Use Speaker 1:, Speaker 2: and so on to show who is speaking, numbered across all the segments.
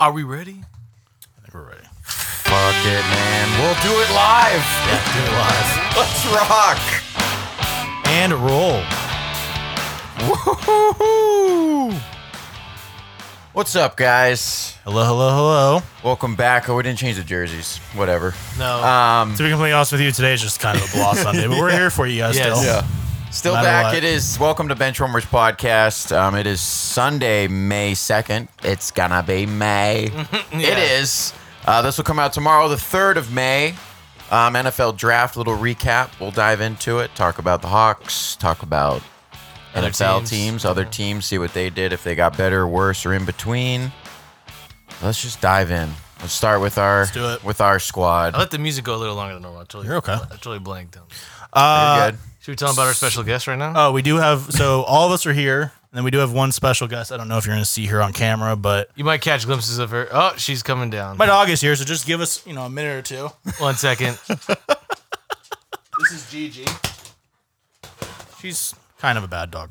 Speaker 1: Are we ready?
Speaker 2: I think we're ready.
Speaker 3: Fuck it, man. We'll do it live. Let's rock.
Speaker 2: And roll.
Speaker 3: Woo-hoo-hoo. What's up, guys?
Speaker 2: Hello, hello, hello.
Speaker 3: Welcome back. Oh, we didn't change the jerseys. Whatever.
Speaker 1: No.
Speaker 3: Um,
Speaker 2: To be completely honest with you, today is just kind of a blah Sunday, but we're here for you guys
Speaker 1: Yes.
Speaker 2: still.
Speaker 1: Yeah.
Speaker 3: Still
Speaker 2: Matter
Speaker 3: back.
Speaker 2: what.
Speaker 3: It is welcome to Benchwarmers podcast. Um, it is Sunday, May second. It's gonna be May. It is. Uh, this will come out tomorrow, the third of May. Um, NFL draft little recap. We'll dive into it. Talk about the Hawks. Talk about
Speaker 1: Other
Speaker 3: NFL
Speaker 1: teams.
Speaker 3: teams, other teams. See what they did. If they got better, worse, or in between. Let's just dive in. Let's start with our
Speaker 2: do it. Uh,
Speaker 3: with our squad.
Speaker 1: I let the music go a little longer than normal. I totally,
Speaker 2: You're okay.
Speaker 1: I totally blanked out.
Speaker 2: Uh,
Speaker 3: Very good.
Speaker 1: Should we tell them about our special guest right now?
Speaker 2: oh, we do have, so all of us are here, and then we do have one special guest. I don't know if you're going to see her on camera, but
Speaker 1: you might catch glimpses of her. Oh, she's coming down.
Speaker 2: my dog is here, so just give us, you know, a minute or two.
Speaker 1: One second.
Speaker 2: This is Gigi. She's kind of a bad dog.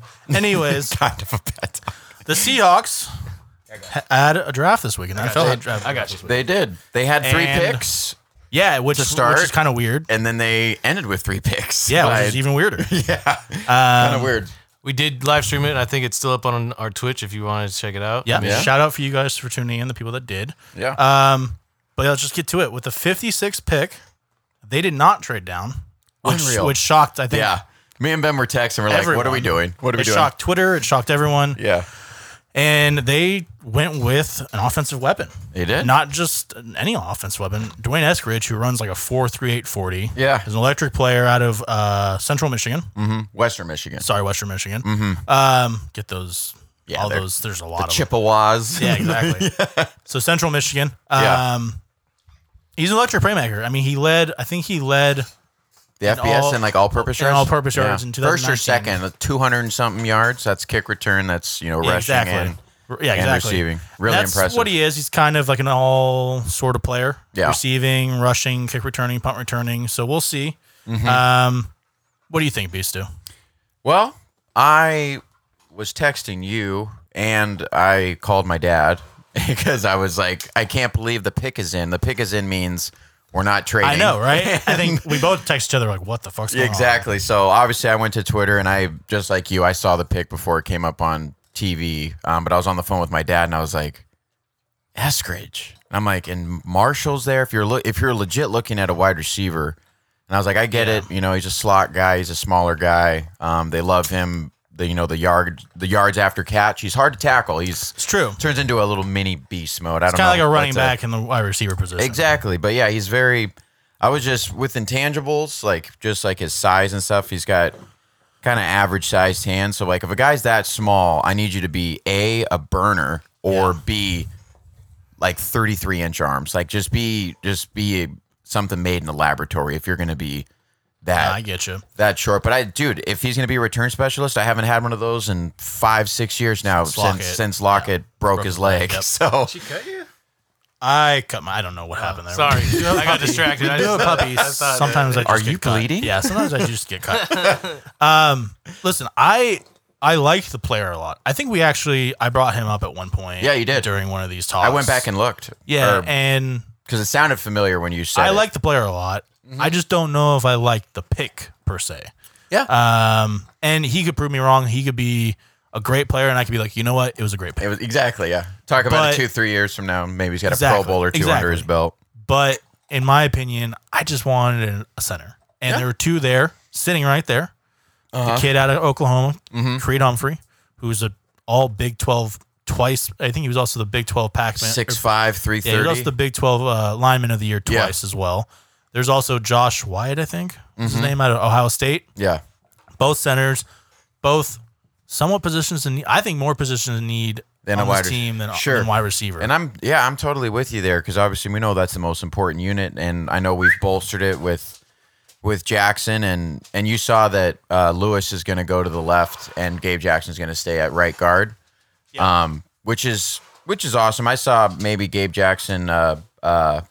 Speaker 2: Anyways,
Speaker 3: Kind of a bad time.
Speaker 2: the Seahawks ha- had a draft this week, an NFL had a draft.
Speaker 1: I got you.
Speaker 3: They did. They had three
Speaker 2: And-
Speaker 3: picks.
Speaker 2: Yeah, which,
Speaker 3: start.
Speaker 2: which is kind of weird.
Speaker 3: and then they ended with three picks.
Speaker 2: Yeah,
Speaker 3: like,
Speaker 2: which is even weirder.
Speaker 3: kind of weird.
Speaker 1: We did live stream it, and I think it's still up on our Twitch if you wanted to check it out.
Speaker 2: Yeah.
Speaker 3: Yeah.
Speaker 2: Shout out for you guys for tuning in, the people that did.
Speaker 3: Yeah,
Speaker 2: Um, but let's just get to it. With the 56th pick, they did not trade down, which,
Speaker 3: Unreal.
Speaker 2: which shocked, I think.
Speaker 3: yeah. Me and Ben were texting. We're like, "What are we
Speaker 2: everyone.
Speaker 3: doing? What are we
Speaker 2: it
Speaker 3: doing?"
Speaker 2: shocked Twitter. It shocked everyone.
Speaker 3: Yeah,
Speaker 2: And they went with an offensive weapon.
Speaker 3: They did?
Speaker 2: Not just any offensive weapon. Dwayne Eskridge, who runs like a 4.3840.
Speaker 3: Yeah. Mm.
Speaker 2: Is an electric player out of uh, Central Michigan.
Speaker 3: Western Michigan,
Speaker 2: Sorry, Western Michigan. Um, get those.
Speaker 3: Mm-hmm. Yeah,
Speaker 2: all
Speaker 3: they're-
Speaker 2: those. There's a lot of them.
Speaker 3: Chippewas.
Speaker 2: Yeah, exactly. So Central Michigan. Um,
Speaker 3: Yeah.
Speaker 2: He's an electric playmaker. I mean, he led. I think he led.
Speaker 3: the FBS
Speaker 2: all-
Speaker 3: and like all-purpose
Speaker 2: and
Speaker 3: yards,
Speaker 2: all-purpose yards in
Speaker 3: first or
Speaker 2: 2019.
Speaker 3: second, two hundred and something yards. That's kick return. That's you know rushing
Speaker 2: exactly.
Speaker 3: and
Speaker 2: R- yeah,
Speaker 3: and
Speaker 2: exactly.
Speaker 3: receiving. Really
Speaker 2: That's
Speaker 3: impressive.
Speaker 2: what he is. He's kind of like an all sort of player.
Speaker 3: Yeah.
Speaker 2: Receiving, rushing, kick returning, punt returning. So we'll see.
Speaker 3: Mm-hmm.
Speaker 2: Um, what do you think, Beast? Do
Speaker 3: Well, I was texting you and I called my dad because I was like, I can't believe the pick is in. The pick is in means we're not trading.
Speaker 2: I know, right? I think we both text each other like, "What the fuck's going
Speaker 3: Exactly. So obviously, I went to Twitter and I just like you, I saw the pic before it came up on TV. Um, but I was on the phone with my dad and I was like, Eskridge. And I'm like, and Marshall's there. If you're lo- if you're legit looking at a wide receiver, and I was like, I get it. You know, he's a slot guy. He's a smaller guy. Um, they love him. The you know the yard the yards after catch. He's hard to tackle. He's
Speaker 2: It's true.
Speaker 3: turns into a little mini beast mode. I don't
Speaker 2: Kind of
Speaker 3: know.
Speaker 2: like a running
Speaker 3: but, uh,
Speaker 2: back in the wide receiver position.
Speaker 3: Exactly. But yeah, he's very I was just with intangibles, like just like his size and stuff, he's got kind of average sized hands. So like if a guy's that small, I need you to be A, a burner, or B like thirty three inch arms. Like just be just be something made in a laboratory if you're gonna be that
Speaker 2: I get you.
Speaker 3: that short. But I, dude, if he's going to be a return specialist, I haven't had one of those in five, six years now
Speaker 2: Lockett.
Speaker 3: since since Lockett broke, his leg.
Speaker 2: yep.
Speaker 3: So
Speaker 2: I cut my. I don't know what happened there.
Speaker 1: Sorry, I got distracted. I
Speaker 2: do have
Speaker 1: just,
Speaker 2: puppies.
Speaker 1: thought
Speaker 2: sometimes I just
Speaker 3: Are
Speaker 2: get
Speaker 3: you
Speaker 2: cut.
Speaker 3: bleeding?
Speaker 2: Yeah, sometimes I just get cut. Um, listen, I I liked the player a lot. I think we actually I brought him up at one point.
Speaker 3: Yeah, you did.
Speaker 2: during one of these talks.
Speaker 3: I went back and looked.
Speaker 2: yeah,
Speaker 3: Or-
Speaker 2: and
Speaker 3: because it sounded familiar when you said.
Speaker 2: I
Speaker 3: it.
Speaker 2: like the player a lot.
Speaker 3: Mm-hmm.
Speaker 2: I just don't know if I liked the pick per se.
Speaker 3: yeah.
Speaker 2: Um, and he could prove me wrong. He could be a great player, and I could be like, you know what, it was a great pick.
Speaker 3: it was exactly yeah. Talk about
Speaker 2: but-
Speaker 3: it two, three years from now. Maybe he's got a
Speaker 2: Exactly,
Speaker 3: Pro Bowl or two under
Speaker 2: exactly.
Speaker 3: his belt.
Speaker 2: But in my opinion, I just wanted an- a center. And there were two there, sitting right there.
Speaker 3: Uh-huh.
Speaker 2: The kid out of Oklahoma,
Speaker 3: Mm-hmm.
Speaker 2: Creed Humphrey, who's a all Big 12 twice. I think he was also the Big 12 Pac-Man.
Speaker 3: Six five, three
Speaker 2: yeah, he was
Speaker 3: thirty.
Speaker 2: also the Big 12 uh, lineman of the year
Speaker 3: Yeah.
Speaker 2: twice as well. There's also Josh Wyatt, I think. was
Speaker 3: Mm-hmm.
Speaker 2: His name out of Ohio State.
Speaker 3: yeah,
Speaker 2: Both centers, both somewhat positions in need. I think more positions in need
Speaker 3: Than a
Speaker 2: on
Speaker 3: wide
Speaker 2: this
Speaker 3: rec-
Speaker 2: team than,
Speaker 3: Sure.
Speaker 2: than wide receiver.
Speaker 3: and I'm yeah, I'm totally with you there because obviously we know that's the most important unit, and I know we've bolstered it with with Jackson and and you saw that uh, Lewis is going to go to the left and Gabe Jackson's going to stay at right guard, um, which is which is awesome. I saw maybe Gabe Jackson uh, uh,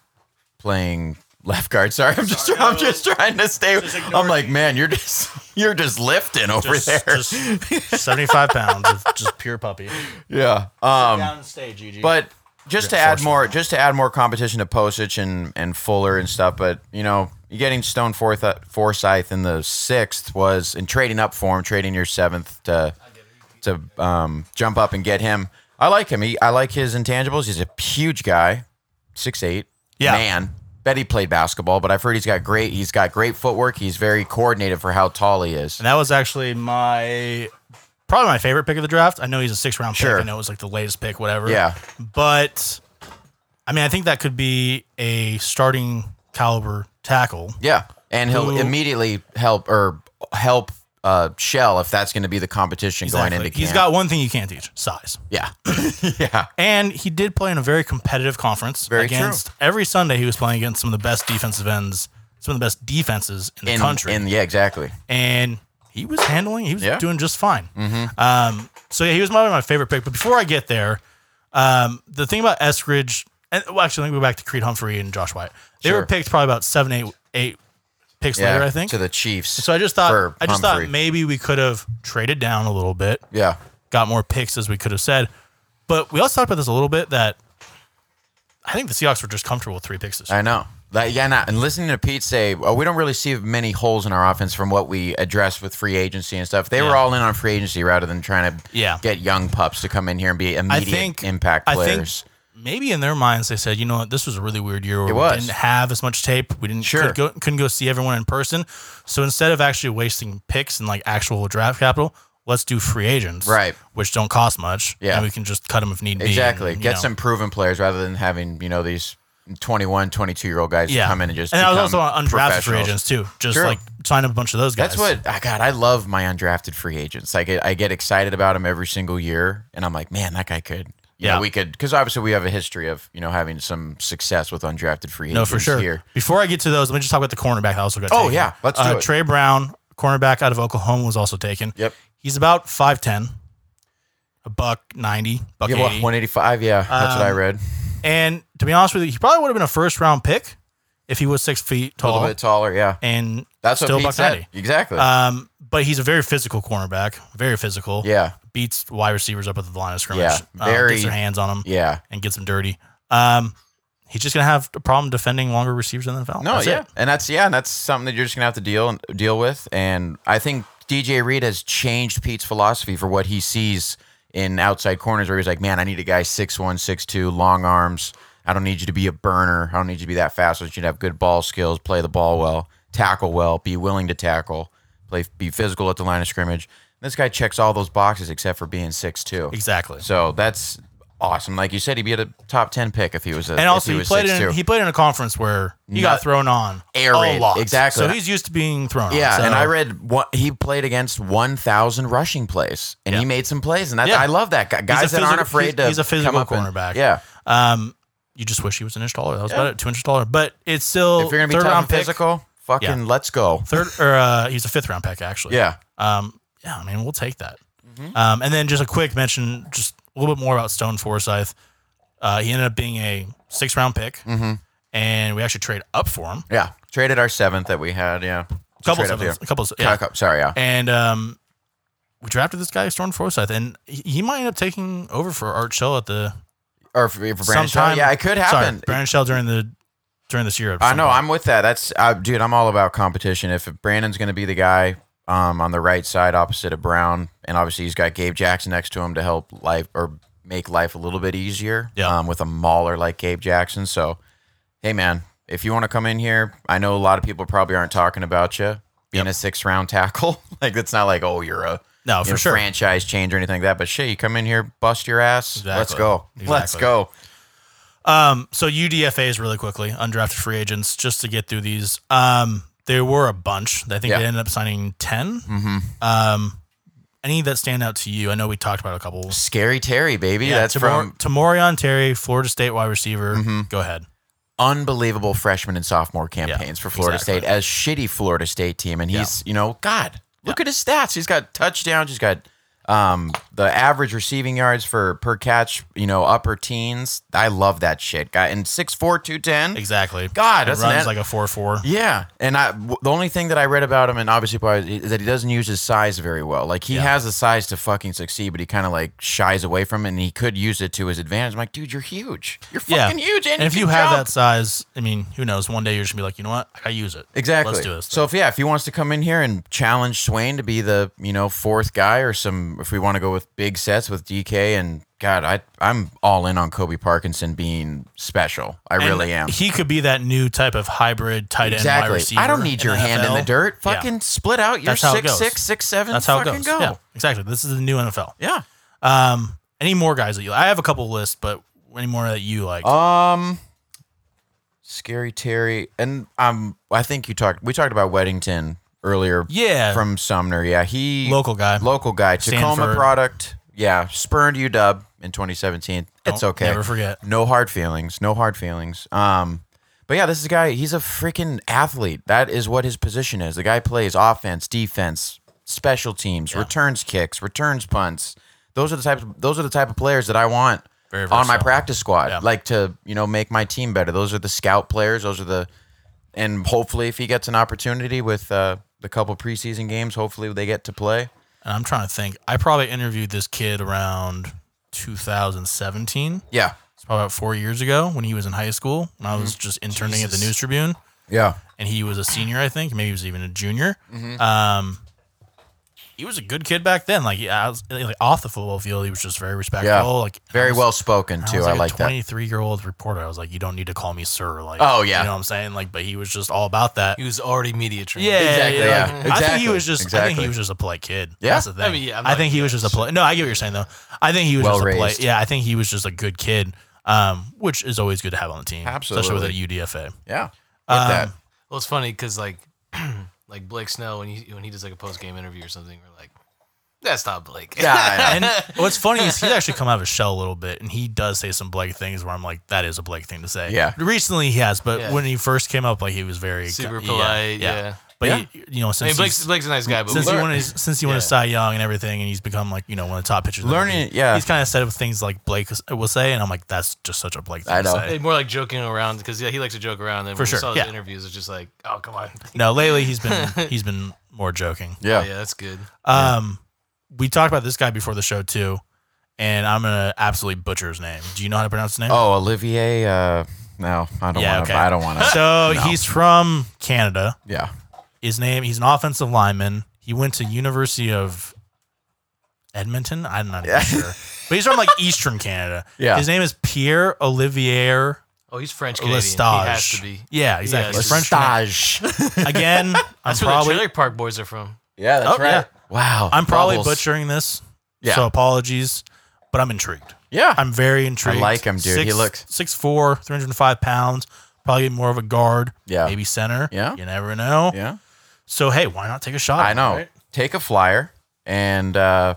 Speaker 3: playing left guard. Sorry, I'm just I'm just trying to stay. I'm like, man, you're just you're just lifting over
Speaker 2: just,
Speaker 3: there.
Speaker 2: just 75 pounds of just pure puppy.
Speaker 3: yeah. Um,
Speaker 2: Down stage, Gigi.
Speaker 3: but just to add more, just to add more competition to Posich and and Fuller and stuff. But you know, getting Stone Forth, uh, Forsyth in the sixth was and trading up for him, trading your seventh to to um, jump up and get him. I like him. He, I like his intangibles. He's a huge guy, six eight.
Speaker 2: Yeah.
Speaker 3: man. Bet he played basketball, but I've heard he's got great. He's got great footwork. He's very coordinated for how tall he is.
Speaker 2: And that was actually my probably my favorite pick of the draft. I know he's a six round
Speaker 3: Sure.
Speaker 2: pick. I know it was like the latest pick, whatever.
Speaker 3: Yeah.
Speaker 2: But I mean, I think that could be a starting caliber tackle.
Speaker 3: Yeah, and he'll
Speaker 2: Who-
Speaker 3: immediately help or help uh, Shell if that's going to be the competition going into
Speaker 2: Exactly.
Speaker 3: camp.
Speaker 2: He's got one thing you can't teach size.
Speaker 3: yeah, yeah,
Speaker 2: And he did play in a very competitive conference
Speaker 3: Very true.
Speaker 2: against every Sunday he was playing against some of the best defensive ends, some of the best defenses in the
Speaker 3: in,
Speaker 2: country.
Speaker 3: in- yeah, exactly.
Speaker 2: and he was handling. He was
Speaker 3: Yeah. Mm-hmm.
Speaker 2: doing just fine. Um, so yeah, he was my my favorite pick. But before I get there, um, the thing about Eskridge, and well, actually, let me go back to Creed Humphrey and Josh White. They
Speaker 3: Sure.
Speaker 2: were picked probably about seven, eight, eight picks
Speaker 3: Yeah,
Speaker 2: later, I think.
Speaker 3: to the Chiefs.
Speaker 2: so I just thought,
Speaker 3: for
Speaker 2: I just
Speaker 3: Humphrey.
Speaker 2: thought maybe we could have traded down a little bit,
Speaker 3: yeah,
Speaker 2: got more picks as we could have said. But we also talked about this a little bit that I think the Seahawks were just comfortable with three picks this year.
Speaker 3: I know. Like, yeah, not, and listening to Pete say, oh, we don't really see many holes in our offense from what we address with free agency and stuff. They were
Speaker 2: Yeah.
Speaker 3: all in on free agency rather than trying to
Speaker 2: Yeah.
Speaker 3: get young pups to come in here and be
Speaker 2: I
Speaker 3: immediate
Speaker 2: think
Speaker 3: impact
Speaker 2: I
Speaker 3: players.
Speaker 2: think maybe in their minds they said, you know what, this was a really weird year where
Speaker 3: It
Speaker 2: we
Speaker 3: was.
Speaker 2: didn't have as much tape. We didn't
Speaker 3: Sure.
Speaker 2: could go, couldn't go see everyone in person. So instead of actually wasting picks and like actual draft capital, let's do free agents,
Speaker 3: Right.
Speaker 2: Which don't cost much,
Speaker 3: Yeah.
Speaker 2: And we can just cut them if need be.
Speaker 3: Exactly.
Speaker 2: and, you
Speaker 3: Get
Speaker 2: know.
Speaker 3: some proven players rather than having, you know, these 21, 22 year old guys
Speaker 2: yeah.
Speaker 3: come in and just
Speaker 2: and I was also
Speaker 3: become
Speaker 2: on undrafted free
Speaker 3: professionals.
Speaker 2: agents too, just
Speaker 3: True.
Speaker 2: like sign up a bunch of those guys.
Speaker 3: That's what I God, I love my undrafted free agents. Like I get excited about them every single year and I'm like, man, that guy could you know,
Speaker 2: Yeah.
Speaker 3: we could cuz obviously we have a history of, you know, having some success with undrafted free
Speaker 2: No,
Speaker 3: agents
Speaker 2: for sure.
Speaker 3: here.
Speaker 2: Before I get to those, let me just talk about the cornerback. that also got.
Speaker 3: Oh,
Speaker 2: taken.
Speaker 3: yeah. Let's do
Speaker 2: uh,
Speaker 3: it.
Speaker 2: Trey Brown, cornerback out of Oklahoma, was also taken.
Speaker 3: Yep.
Speaker 2: He's about five ten, a buck ninety, buck
Speaker 3: Yeah, well,
Speaker 2: eighty.
Speaker 3: 185, yeah. That's what I
Speaker 2: Um,
Speaker 3: read.
Speaker 2: and to be honest with you, he probably would have been a first round pick if he was six feet
Speaker 3: A little
Speaker 2: tall
Speaker 3: bit taller, yeah.
Speaker 2: and
Speaker 3: That's what
Speaker 2: still
Speaker 3: Pete
Speaker 2: buck
Speaker 3: said.
Speaker 2: ninety.
Speaker 3: Exactly.
Speaker 2: Um, but he's a very physical cornerback, very physical.
Speaker 3: yeah.
Speaker 2: beats wide receivers up at the line of scrimmage.
Speaker 3: Yeah,
Speaker 2: Uh,
Speaker 3: very-
Speaker 2: gets their hands on him
Speaker 3: Yeah.
Speaker 2: and gets them dirty. Um, he's just gonna have a problem defending longer receivers in the NFL.
Speaker 3: No,
Speaker 2: That's
Speaker 3: yeah,
Speaker 2: it.
Speaker 3: and that's yeah, and that's something that you're just gonna have to deal deal with. And I think DJ Reed has changed Pete's philosophy for what he sees in outside corners, where he's like, man, I need a guy six one, six two, long arms. I don't need you to be a burner. I don't need you to be that fast. I want you to have good ball skills, play the ball well, tackle well, be willing to tackle, play be physical at the line of scrimmage. This guy checks all those boxes except for being six two.
Speaker 2: Exactly.
Speaker 3: So that's awesome. Like you said, he'd be at a top ten pick if he was a
Speaker 2: And
Speaker 3: if he,
Speaker 2: also, he,
Speaker 3: was
Speaker 2: played in
Speaker 3: 6'2".
Speaker 2: he played in a conference where he
Speaker 3: Not-
Speaker 2: got thrown on
Speaker 3: Air
Speaker 2: a
Speaker 3: raid,
Speaker 2: lot.
Speaker 3: exactly.
Speaker 2: So he's used to being thrown. on.
Speaker 3: Yeah,
Speaker 2: So-
Speaker 3: and I read what he played against 1,000 rushing plays, and he
Speaker 2: Yeah.
Speaker 3: made some plays, and that's,
Speaker 2: Yeah.
Speaker 3: I love that guy. Guys that aren't
Speaker 2: physical-
Speaker 3: afraid
Speaker 2: he's-
Speaker 3: to.
Speaker 2: he's a physical
Speaker 3: come up and-
Speaker 2: cornerback.
Speaker 3: yeah,
Speaker 2: Um, you just wish he was an inch taller. That was about it. Two inches taller, but it's still
Speaker 3: if you're gonna be
Speaker 2: third
Speaker 3: tough
Speaker 2: round
Speaker 3: and
Speaker 2: pick.
Speaker 3: physical, fucking
Speaker 2: Yeah.
Speaker 3: let's go.
Speaker 2: Third or uh, he's a fifth round pick actually.
Speaker 3: Yeah, Mm-hmm.
Speaker 2: Um, yeah. I mean, we'll take that. Um, and then just a quick mention, just a little bit more about Stone Forsyth. Uh, he ended up being a six round pick,
Speaker 3: Mm-hmm.
Speaker 2: and we actually trade up for him.
Speaker 3: yeah. Traded our seventh that we had. Yeah,
Speaker 2: A couple
Speaker 3: Trade up
Speaker 2: of
Speaker 3: here.
Speaker 2: a couple of
Speaker 3: Kinda
Speaker 2: yeah.
Speaker 3: co- Sorry, yeah.
Speaker 2: and um, we drafted this guy Storm Forsyth, and he, he might end up taking over for Art Shell at the
Speaker 3: Or for, for Brandon Shaw,
Speaker 2: sometime.
Speaker 3: yeah, it could happen.
Speaker 2: Sorry, Brandon Shell during the during this year. at
Speaker 3: I
Speaker 2: some
Speaker 3: know.
Speaker 2: point.
Speaker 3: I'm with that. That's uh, dude. I'm all about competition. If Brandon's going to be the guy um, on the right side opposite of Brown, and obviously he's got Gabe Jackson next to him to help life or make life a little bit easier.
Speaker 2: Yeah.
Speaker 3: Um, with a mauler like Gabe Jackson. So, hey man, if you want to come in here, I know a lot of people probably aren't talking about you being a six round tackle. like it's not like oh you're a
Speaker 2: no
Speaker 3: you
Speaker 2: for
Speaker 3: know,
Speaker 2: sure.
Speaker 3: franchise change or anything like that. But shit, you come in here, bust your ass. Let's
Speaker 2: Exactly.
Speaker 3: go. Let's
Speaker 2: Exactly.
Speaker 3: go.
Speaker 2: Um, so UDFAs really quickly, undrafted free agents, just to get through these. Um, there were a bunch. I think
Speaker 3: Yeah.
Speaker 2: they ended up signing 10
Speaker 3: Mm-hmm.
Speaker 2: Um, any that stand out to you? I know we talked about a couple.
Speaker 3: Scary Terry, baby. That's from Mm-hmm.
Speaker 2: Tamor- Tamorion Terry, Florida State wide receiver. Go ahead.
Speaker 3: unbelievable freshman and sophomore campaigns
Speaker 2: Yeah,
Speaker 3: for Florida
Speaker 2: exactly.
Speaker 3: State as shitty Florida State team, and he's you know God, look at his stats. He's got touchdowns. He's got um, the average receiving yards for per catch, you know, upper teens. I love that shit. Guy and 6'4", 210.
Speaker 2: Exactly.
Speaker 3: God,
Speaker 2: it
Speaker 3: that's
Speaker 2: runs
Speaker 3: an ad-
Speaker 2: like a four four.
Speaker 3: Yeah, and I w- the only thing that I read about him, and obviously probably, is that he doesn't use his size very well. Like he has the size to fucking succeed, but he kind of like shies away from it, and he could use it to his advantage. I'm like, dude, you're huge. You're
Speaker 2: Yeah.
Speaker 3: fucking huge, and,
Speaker 2: if you
Speaker 3: can
Speaker 2: have
Speaker 3: jump.
Speaker 2: that size, I mean, who knows? One day you're just gonna be like, you know what? I gotta use it.
Speaker 3: exactly.
Speaker 2: Let's do this.
Speaker 3: So if yeah, if he wants to come in here and challenge Swain to be the you know fourth guy, or some if we want to go with big sets with DK and God, I I'm all in on Kobe Parkinson being special. I
Speaker 2: And
Speaker 3: really am.
Speaker 2: He could be that new type of hybrid tight end wide
Speaker 3: Exactly.
Speaker 2: receiver.
Speaker 3: I don't need
Speaker 2: in
Speaker 3: your
Speaker 2: the
Speaker 3: hand in the
Speaker 2: NFL.
Speaker 3: dirt.
Speaker 2: Yeah.
Speaker 3: Fucking split out. You're
Speaker 2: That's how it
Speaker 3: six
Speaker 2: goes.
Speaker 3: six six seven.
Speaker 2: That's how it
Speaker 3: fucking
Speaker 2: goes.
Speaker 3: Go.
Speaker 2: Yeah, exactly. This is the new NFL.
Speaker 3: Yeah.
Speaker 2: Um, any more guys that you? I have a couple lists, but any more that you like?
Speaker 3: Um Scary Terry and um I think you talked we talked about Weddington earlier
Speaker 2: yeah, from
Speaker 3: from Sumner. Yeah, he
Speaker 2: local guy.
Speaker 3: local guy, Tacoma
Speaker 2: Stanford.
Speaker 3: product. Yeah, spurned UW in 2017. It's
Speaker 2: Don't
Speaker 3: okay.
Speaker 2: Never forget.
Speaker 3: No hard feelings. No hard feelings. Um, but yeah, this is a guy. He's a freaking athlete. That is what his position is. The guy plays offense, defense, special teams, returns kicks, returns punts. Those are the types. Those are the type of players that I want
Speaker 2: Very
Speaker 3: on my
Speaker 2: versatile.
Speaker 3: practice squad.
Speaker 2: Yeah.
Speaker 3: Like to you know make my team better. Those are the scout players. Those are the and hopefully if he gets an opportunity with uh, the couple preseason games, hopefully they get to play.
Speaker 2: And I'm trying to think. I probably interviewed this kid around 2017.
Speaker 3: Yeah.
Speaker 2: It's probably about four years ago when he was in high school. When I was
Speaker 3: Mm-hmm.
Speaker 2: just interning at the News Tribune,
Speaker 3: Yeah.
Speaker 2: and he was a senior, I think. Maybe he was even a junior.
Speaker 3: Mm-hmm.
Speaker 2: Um, he was a good kid back then. Like, he, I was, like off the football field, he was just very respectful.
Speaker 3: Yeah.
Speaker 2: Like
Speaker 3: Very
Speaker 2: I was-
Speaker 3: well spoken too. I
Speaker 2: a
Speaker 3: like that.
Speaker 2: 23 year old reporter. I was like, you don't need to call me sir. Like,
Speaker 3: Oh, yeah.
Speaker 2: you know what I'm saying? Like, but he was just all about that.
Speaker 1: He was already media trained.
Speaker 2: yeah,
Speaker 3: Exactly, yeah.
Speaker 2: like, I think
Speaker 3: Exactly,
Speaker 2: he was just. I think
Speaker 3: exactly.
Speaker 2: he was just a polite kid.
Speaker 3: Yeah.
Speaker 2: that's the thing.
Speaker 1: I mean, yeah, I'm
Speaker 2: I
Speaker 1: not-
Speaker 2: think he was just a polite. No, I get what you're saying though. I think he was just a polite.
Speaker 3: Well-raised.
Speaker 2: Yeah, I think he was just a good kid, um, which is always good to have on the team, especially
Speaker 3: Absolutely.
Speaker 2: with a UDFA.
Speaker 3: Yeah. Get
Speaker 2: Um,
Speaker 3: that.
Speaker 1: Well, it's funny because like, like Blake Snell when he when he does like a post game interview or something, we're like, that's not Blake.
Speaker 3: Yeah, I know.
Speaker 2: And what's funny is he's actually come out of his shell a little bit, and he does say some Blake things where I'm like, that is a Blake thing to say.
Speaker 3: Yeah.
Speaker 2: recently he has, but
Speaker 1: Yeah.
Speaker 2: when he first came up, like he was very
Speaker 1: Super polite. Yeah.
Speaker 2: But
Speaker 3: Yeah.
Speaker 2: he- you know,
Speaker 1: I
Speaker 2: since
Speaker 1: mean,
Speaker 2: he's-
Speaker 1: Blake's, Blake's a nice guy, but
Speaker 2: since
Speaker 1: we-
Speaker 2: he won his since he won his Cy
Speaker 1: Yeah.
Speaker 2: Young and everything, and he's become like you know one of the top pitchers. in the
Speaker 3: Learning
Speaker 2: league,
Speaker 3: it, yeah.
Speaker 2: He's kind of said it with things like Blake s- will say, and I'm like, that's just such a Blake thing
Speaker 3: I know.
Speaker 2: to
Speaker 1: Hey,
Speaker 2: say.
Speaker 1: more like joking around because yeah, he likes to joke around. And
Speaker 2: For
Speaker 1: when
Speaker 2: sure,
Speaker 1: we saw
Speaker 2: yeah.
Speaker 1: his interviews, it's just like, oh come on, Oh,
Speaker 2: No, lately he's been he's been more joking.
Speaker 1: yeah,
Speaker 3: Yeah.
Speaker 1: that's good.
Speaker 2: Um, we talked about this guy before the show too, and I'm gonna absolutely butcher his name. Do you know how to pronounce his name?
Speaker 3: Oh, Olivier. Uh, no, I don't
Speaker 2: Yeah,
Speaker 3: want to.
Speaker 2: okay.
Speaker 3: I don't want to.
Speaker 2: so he's from Canada.
Speaker 3: yeah.
Speaker 2: His name he's an offensive lineman. He went to University of Edmonton. I'm not even
Speaker 3: Yeah.
Speaker 2: sure, but he's from like Eastern Canada.
Speaker 3: Yeah.
Speaker 2: his name is Pierre Olivier
Speaker 1: Oh, he's French Canadian. He has to
Speaker 2: Lestage.
Speaker 1: be.
Speaker 2: Yeah, exactly.
Speaker 1: Yeah,
Speaker 2: He's
Speaker 1: it's
Speaker 2: French
Speaker 3: Stage.
Speaker 2: again. I'm
Speaker 1: That's where the
Speaker 2: probably
Speaker 1: Trailer Park Boys are from.
Speaker 3: yeah, that's
Speaker 2: Oh, yeah.
Speaker 3: Wow.
Speaker 2: I'm probably
Speaker 3: Bubbles.
Speaker 2: butchering this.
Speaker 3: Yeah.
Speaker 2: So apologies, but I'm intrigued.
Speaker 3: Yeah.
Speaker 2: I'm very intrigued.
Speaker 3: like him, dude. He
Speaker 2: Six-
Speaker 3: looks-
Speaker 2: 6'4", 305 pounds. Probably more of a guard.
Speaker 3: Yeah.
Speaker 2: Maybe center.
Speaker 3: Yeah.
Speaker 2: You never know.
Speaker 3: yeah.
Speaker 2: So hey, why not take a shot?
Speaker 3: I know.
Speaker 2: right?
Speaker 3: Take a flyer and uh,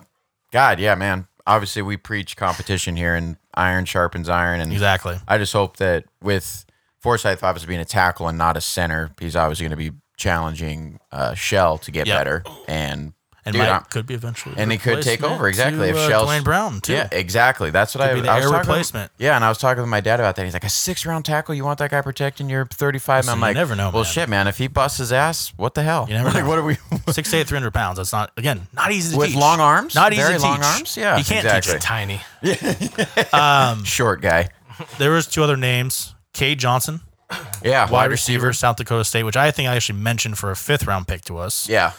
Speaker 3: God, yeah, man. Obviously, we preach competition here, and iron sharpens iron, and
Speaker 2: Exactly.
Speaker 3: I just hope that with Forsyth obviously being a tackle and not a center, he's obviously going to be challenging uh, Shell to get
Speaker 2: Yeah.
Speaker 3: better, and
Speaker 2: And
Speaker 3: Dude,
Speaker 2: Mike
Speaker 3: I'm-
Speaker 2: could be eventually.
Speaker 3: and he could take
Speaker 2: replacement
Speaker 3: over, exactly, if
Speaker 2: To, uh,
Speaker 3: Shell's-
Speaker 2: Dwayne Brown too.
Speaker 3: Yeah, exactly. That's what I,
Speaker 2: be the
Speaker 3: I was
Speaker 2: air
Speaker 3: talking.
Speaker 2: replacement.
Speaker 3: yeah, and I was talking with my dad about that. He's like, a six round tackle. You want that guy protecting your thirty five?
Speaker 2: So
Speaker 3: I'm
Speaker 2: you
Speaker 3: like,
Speaker 2: never know,
Speaker 3: Well,
Speaker 2: man.
Speaker 3: shit, man. If he busts his ass, what the hell?
Speaker 2: You never
Speaker 3: like,
Speaker 2: know.
Speaker 3: what are we?
Speaker 2: Six eight, three hundred pounds. That's not again not easy to
Speaker 3: With
Speaker 2: teach.
Speaker 3: long arms?
Speaker 2: Not easy
Speaker 3: Very
Speaker 2: to
Speaker 3: long
Speaker 2: teach.
Speaker 3: arms? Yeah,
Speaker 2: you can't
Speaker 3: exactly.
Speaker 2: teach
Speaker 1: Tiny.
Speaker 2: it. Um,
Speaker 3: Short guy.
Speaker 2: there was two other names: Kay Johnson,
Speaker 3: Yeah,
Speaker 2: wide receiver, South Dakota State, which I think I actually mentioned for a fifth round pick to us.
Speaker 3: Yeah,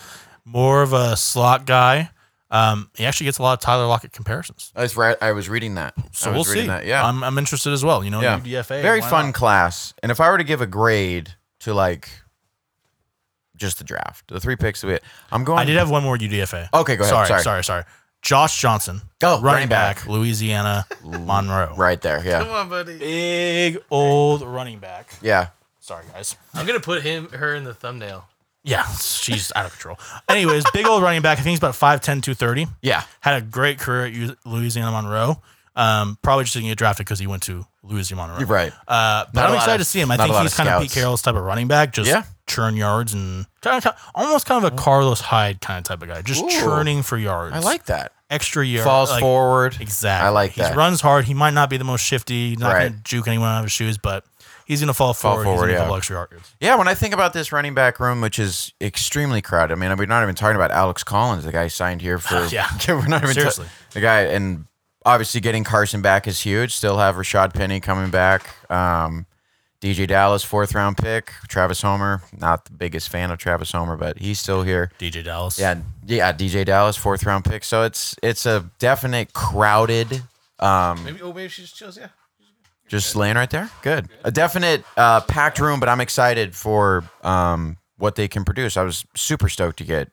Speaker 2: More of a slot guy. Um, he actually gets a lot of Tyler Lockett comparisons.
Speaker 3: I was right. I was reading that.
Speaker 2: So
Speaker 3: I
Speaker 2: we'll
Speaker 3: was
Speaker 2: see.
Speaker 3: reading That. Yeah,
Speaker 2: I'm, I'm interested as well. You know,
Speaker 3: yeah.
Speaker 2: UDFA.
Speaker 3: Very
Speaker 2: why
Speaker 3: fun
Speaker 2: not?
Speaker 3: class. And if I were to give a grade to like just the draft, the three picks we, I'm going.
Speaker 2: I did have one more UDFA.
Speaker 3: Okay, go ahead.
Speaker 2: Sorry,
Speaker 3: Sorry.
Speaker 2: sorry, sorry. Josh Johnson.
Speaker 3: Oh,
Speaker 2: running,
Speaker 3: running
Speaker 2: back,
Speaker 3: back.
Speaker 2: Louisiana Monroe.
Speaker 3: right there. Yeah,
Speaker 1: on, buddy.
Speaker 2: Big old running back.
Speaker 3: yeah.
Speaker 2: Sorry, guys.
Speaker 1: I'm gonna put him, her in the thumbnail.
Speaker 2: Yeah, she's out of control. Anyways, big old running back. I think he's about 5'10, 230.
Speaker 3: Yeah.
Speaker 2: Had a great career at U- Louisiana Monroe. Um, probably just didn't get drafted because he went to Louisiana Monroe.
Speaker 3: You're right.
Speaker 2: Uh, but
Speaker 3: Not a
Speaker 2: I'm
Speaker 3: lot
Speaker 2: excited
Speaker 3: of-
Speaker 2: to see him. I
Speaker 3: not a
Speaker 2: think
Speaker 3: lot
Speaker 2: he's
Speaker 3: of
Speaker 2: kind of Pete
Speaker 3: scouts.
Speaker 2: Carroll's type of running back, just
Speaker 3: Yeah.
Speaker 2: churn yards and kind of, almost kind of a Carlos Hyde kind of type of guy, just
Speaker 3: Ooh.
Speaker 2: churning for yards.
Speaker 3: I like that.
Speaker 2: extra year.
Speaker 3: Falls
Speaker 2: like-
Speaker 3: forward.
Speaker 2: Exactly.
Speaker 3: I like
Speaker 2: He
Speaker 3: that.
Speaker 2: runs hard. He might not be the most shifty. He's not going to
Speaker 3: Right.
Speaker 2: juke anyone out of his shoes, but he's going to fall
Speaker 3: Fall
Speaker 2: forward.
Speaker 3: forward,
Speaker 2: he's going
Speaker 3: yeah.
Speaker 2: to luxury yards.
Speaker 3: Yeah, when I think about this running back room, which is extremely crowded. I mean, we're not even talking about Alex Collins, the guy signed here for.
Speaker 2: Yeah.
Speaker 3: we're not even ta-
Speaker 2: Seriously.
Speaker 3: the guy, and obviously getting Carson back is huge. Still have Rashad Penny coming back. Um, DJ Dallas, fourth round pick. Travis Homer, not the biggest fan of Travis Homer, but he's still here.
Speaker 2: DJ Dallas.
Speaker 3: Yeah, yeah, DJ Dallas, fourth round pick. So it's it's a definite crowded. Um,
Speaker 1: Maybe oh maybe she just chills. Yeah.
Speaker 3: just laying right there. Good. A definite uh, packed room, but I'm excited for um, what they can produce. I was super stoked to get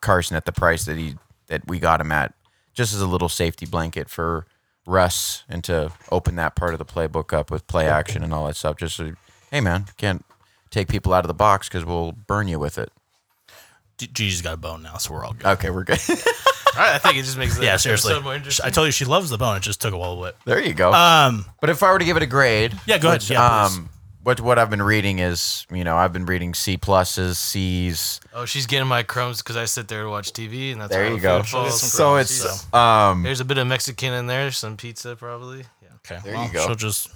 Speaker 3: Carson at the price that he that we got him at, just as a little safety blanket for Russ and to open that part of the playbook up with play action and all that stuff. Just so, hey man, can't take people out of the box because we'll burn you with it.
Speaker 2: D- Gigi's got a bone now, so we're all good.
Speaker 3: Okay, we're good.
Speaker 1: All right. I think it just makes the
Speaker 2: yeah,
Speaker 1: episode
Speaker 2: serioly.
Speaker 1: more
Speaker 2: I
Speaker 1: interesting.
Speaker 2: told you she loves the bone. It just took a while to whip.
Speaker 3: there you go.
Speaker 2: Um,
Speaker 3: But if I were to give it a grade, um,
Speaker 2: Yeah, go ahead. Yeah, please.
Speaker 3: what what I've been reading is, you know, I've been reading C pluses, C's.
Speaker 1: oh, she's getting my crumbs because I sit there to watch TV, and that's
Speaker 3: There
Speaker 1: how
Speaker 3: you
Speaker 1: it
Speaker 3: go.
Speaker 1: falls.
Speaker 3: So it's um,
Speaker 1: there's a bit of Mexican in there, some pizza probably. Yeah.
Speaker 2: okay.
Speaker 3: There you
Speaker 2: well,
Speaker 3: go.
Speaker 2: She'll just.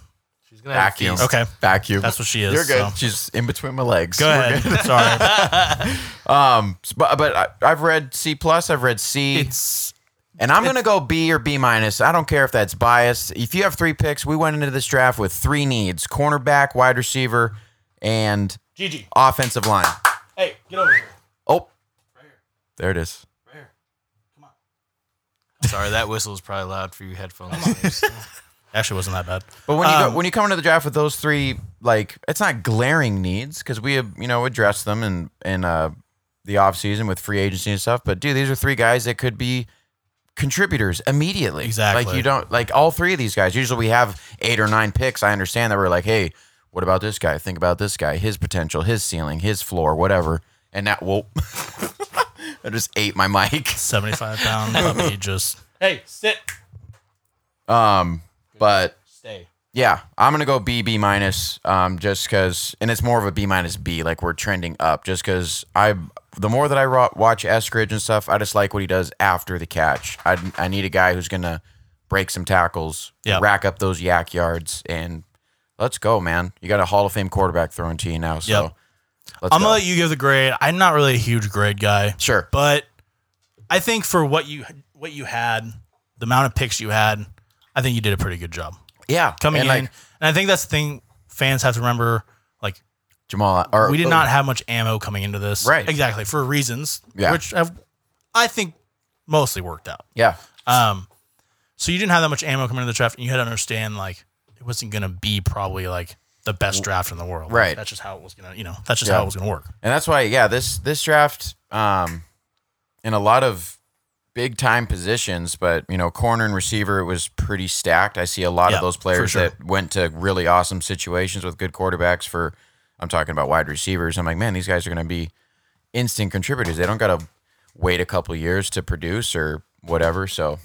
Speaker 1: She's gonna have a
Speaker 3: vacuum.
Speaker 1: feast.
Speaker 2: Okay.
Speaker 3: vacuum.
Speaker 2: That's what she is,
Speaker 3: You're good.
Speaker 2: so.
Speaker 3: She's in between my legs.
Speaker 2: Go
Speaker 3: We're
Speaker 2: ahead.
Speaker 3: good.
Speaker 2: Sorry.
Speaker 3: Um, s- but but I, I've read C plus. I've read C,
Speaker 2: It's
Speaker 3: and I'm gonna go B or B minus. I don't care if that's biased. If you have three picks, we went into this draft with three needs: cornerback, wide receiver, and
Speaker 2: Gigi.
Speaker 3: offensive line.
Speaker 2: Hey, get over here.
Speaker 3: Oh, there it is.
Speaker 1: Sorry, that whistle is probably loud for you headphones.
Speaker 2: Actually, wasn't that bad.
Speaker 3: But when you go, when you come into the draft with those three, like it's not glaring needs because we have you know addressed them in in uh, the off season with free agency and stuff. But dude, these are three guys that could be contributors immediately. Like
Speaker 2: Exactly.
Speaker 3: you don't like all three of these guys. Usually we have eight or nine picks. I understand that we're like, hey, what about this guy? Think about this guy, his potential, his ceiling, his floor, whatever. And that whoa, I just ate my mic.
Speaker 2: 75 pound puppy just.
Speaker 1: hey, sit.
Speaker 3: Um, but
Speaker 1: Stay.
Speaker 3: Yeah, I'm gonna go B B minus, um, just because, and it's more of a B minus B. Like we're trending up, just because I, the more that I ro- watch Eskridge and stuff, I just like what he does after the catch. I, I need a guy who's gonna break some tackles,
Speaker 2: Yeah.
Speaker 3: rack up those yak yards, and let's go, man. You got a Hall of Fame quarterback thrown to you now, so
Speaker 2: Yep.
Speaker 3: let's
Speaker 2: I'm
Speaker 3: go.
Speaker 2: going to let you give the grade. I'm not really a huge grade guy.
Speaker 3: sure,
Speaker 2: but I think for what you what you had, the amount of picks you had, I think you did a pretty good job
Speaker 3: yeah,
Speaker 2: coming
Speaker 3: and
Speaker 2: in.
Speaker 3: like
Speaker 2: and I think that's the thing fans have to remember. Like
Speaker 3: Jamal, or,
Speaker 2: we did not have much ammo coming into this,
Speaker 3: Right.
Speaker 2: Exactly for reasons,
Speaker 3: Yeah.
Speaker 2: which have, I think mostly worked out.
Speaker 3: yeah,
Speaker 2: Um, so you didn't have that much ammo coming into the draft, and you had to understand like it wasn't going to be probably like the best draft in the world. Like,
Speaker 3: Right.
Speaker 2: that's just how it was gonna. You know, that's just
Speaker 3: Yeah.
Speaker 2: how it was gonna work.
Speaker 3: And that's why, yeah, this this draft, um, in a lot of big time positions, but you know, corner and receiver, it was pretty stacked. I see a lot
Speaker 2: Yeah,
Speaker 3: of those
Speaker 2: for
Speaker 3: players
Speaker 2: sure.
Speaker 3: that went to really awesome situations with good quarterbacks. For I'm talking about wide receivers. I'm like, man, these guys are going to be instant contributors. They don't got to wait a couple years to produce or whatever. So.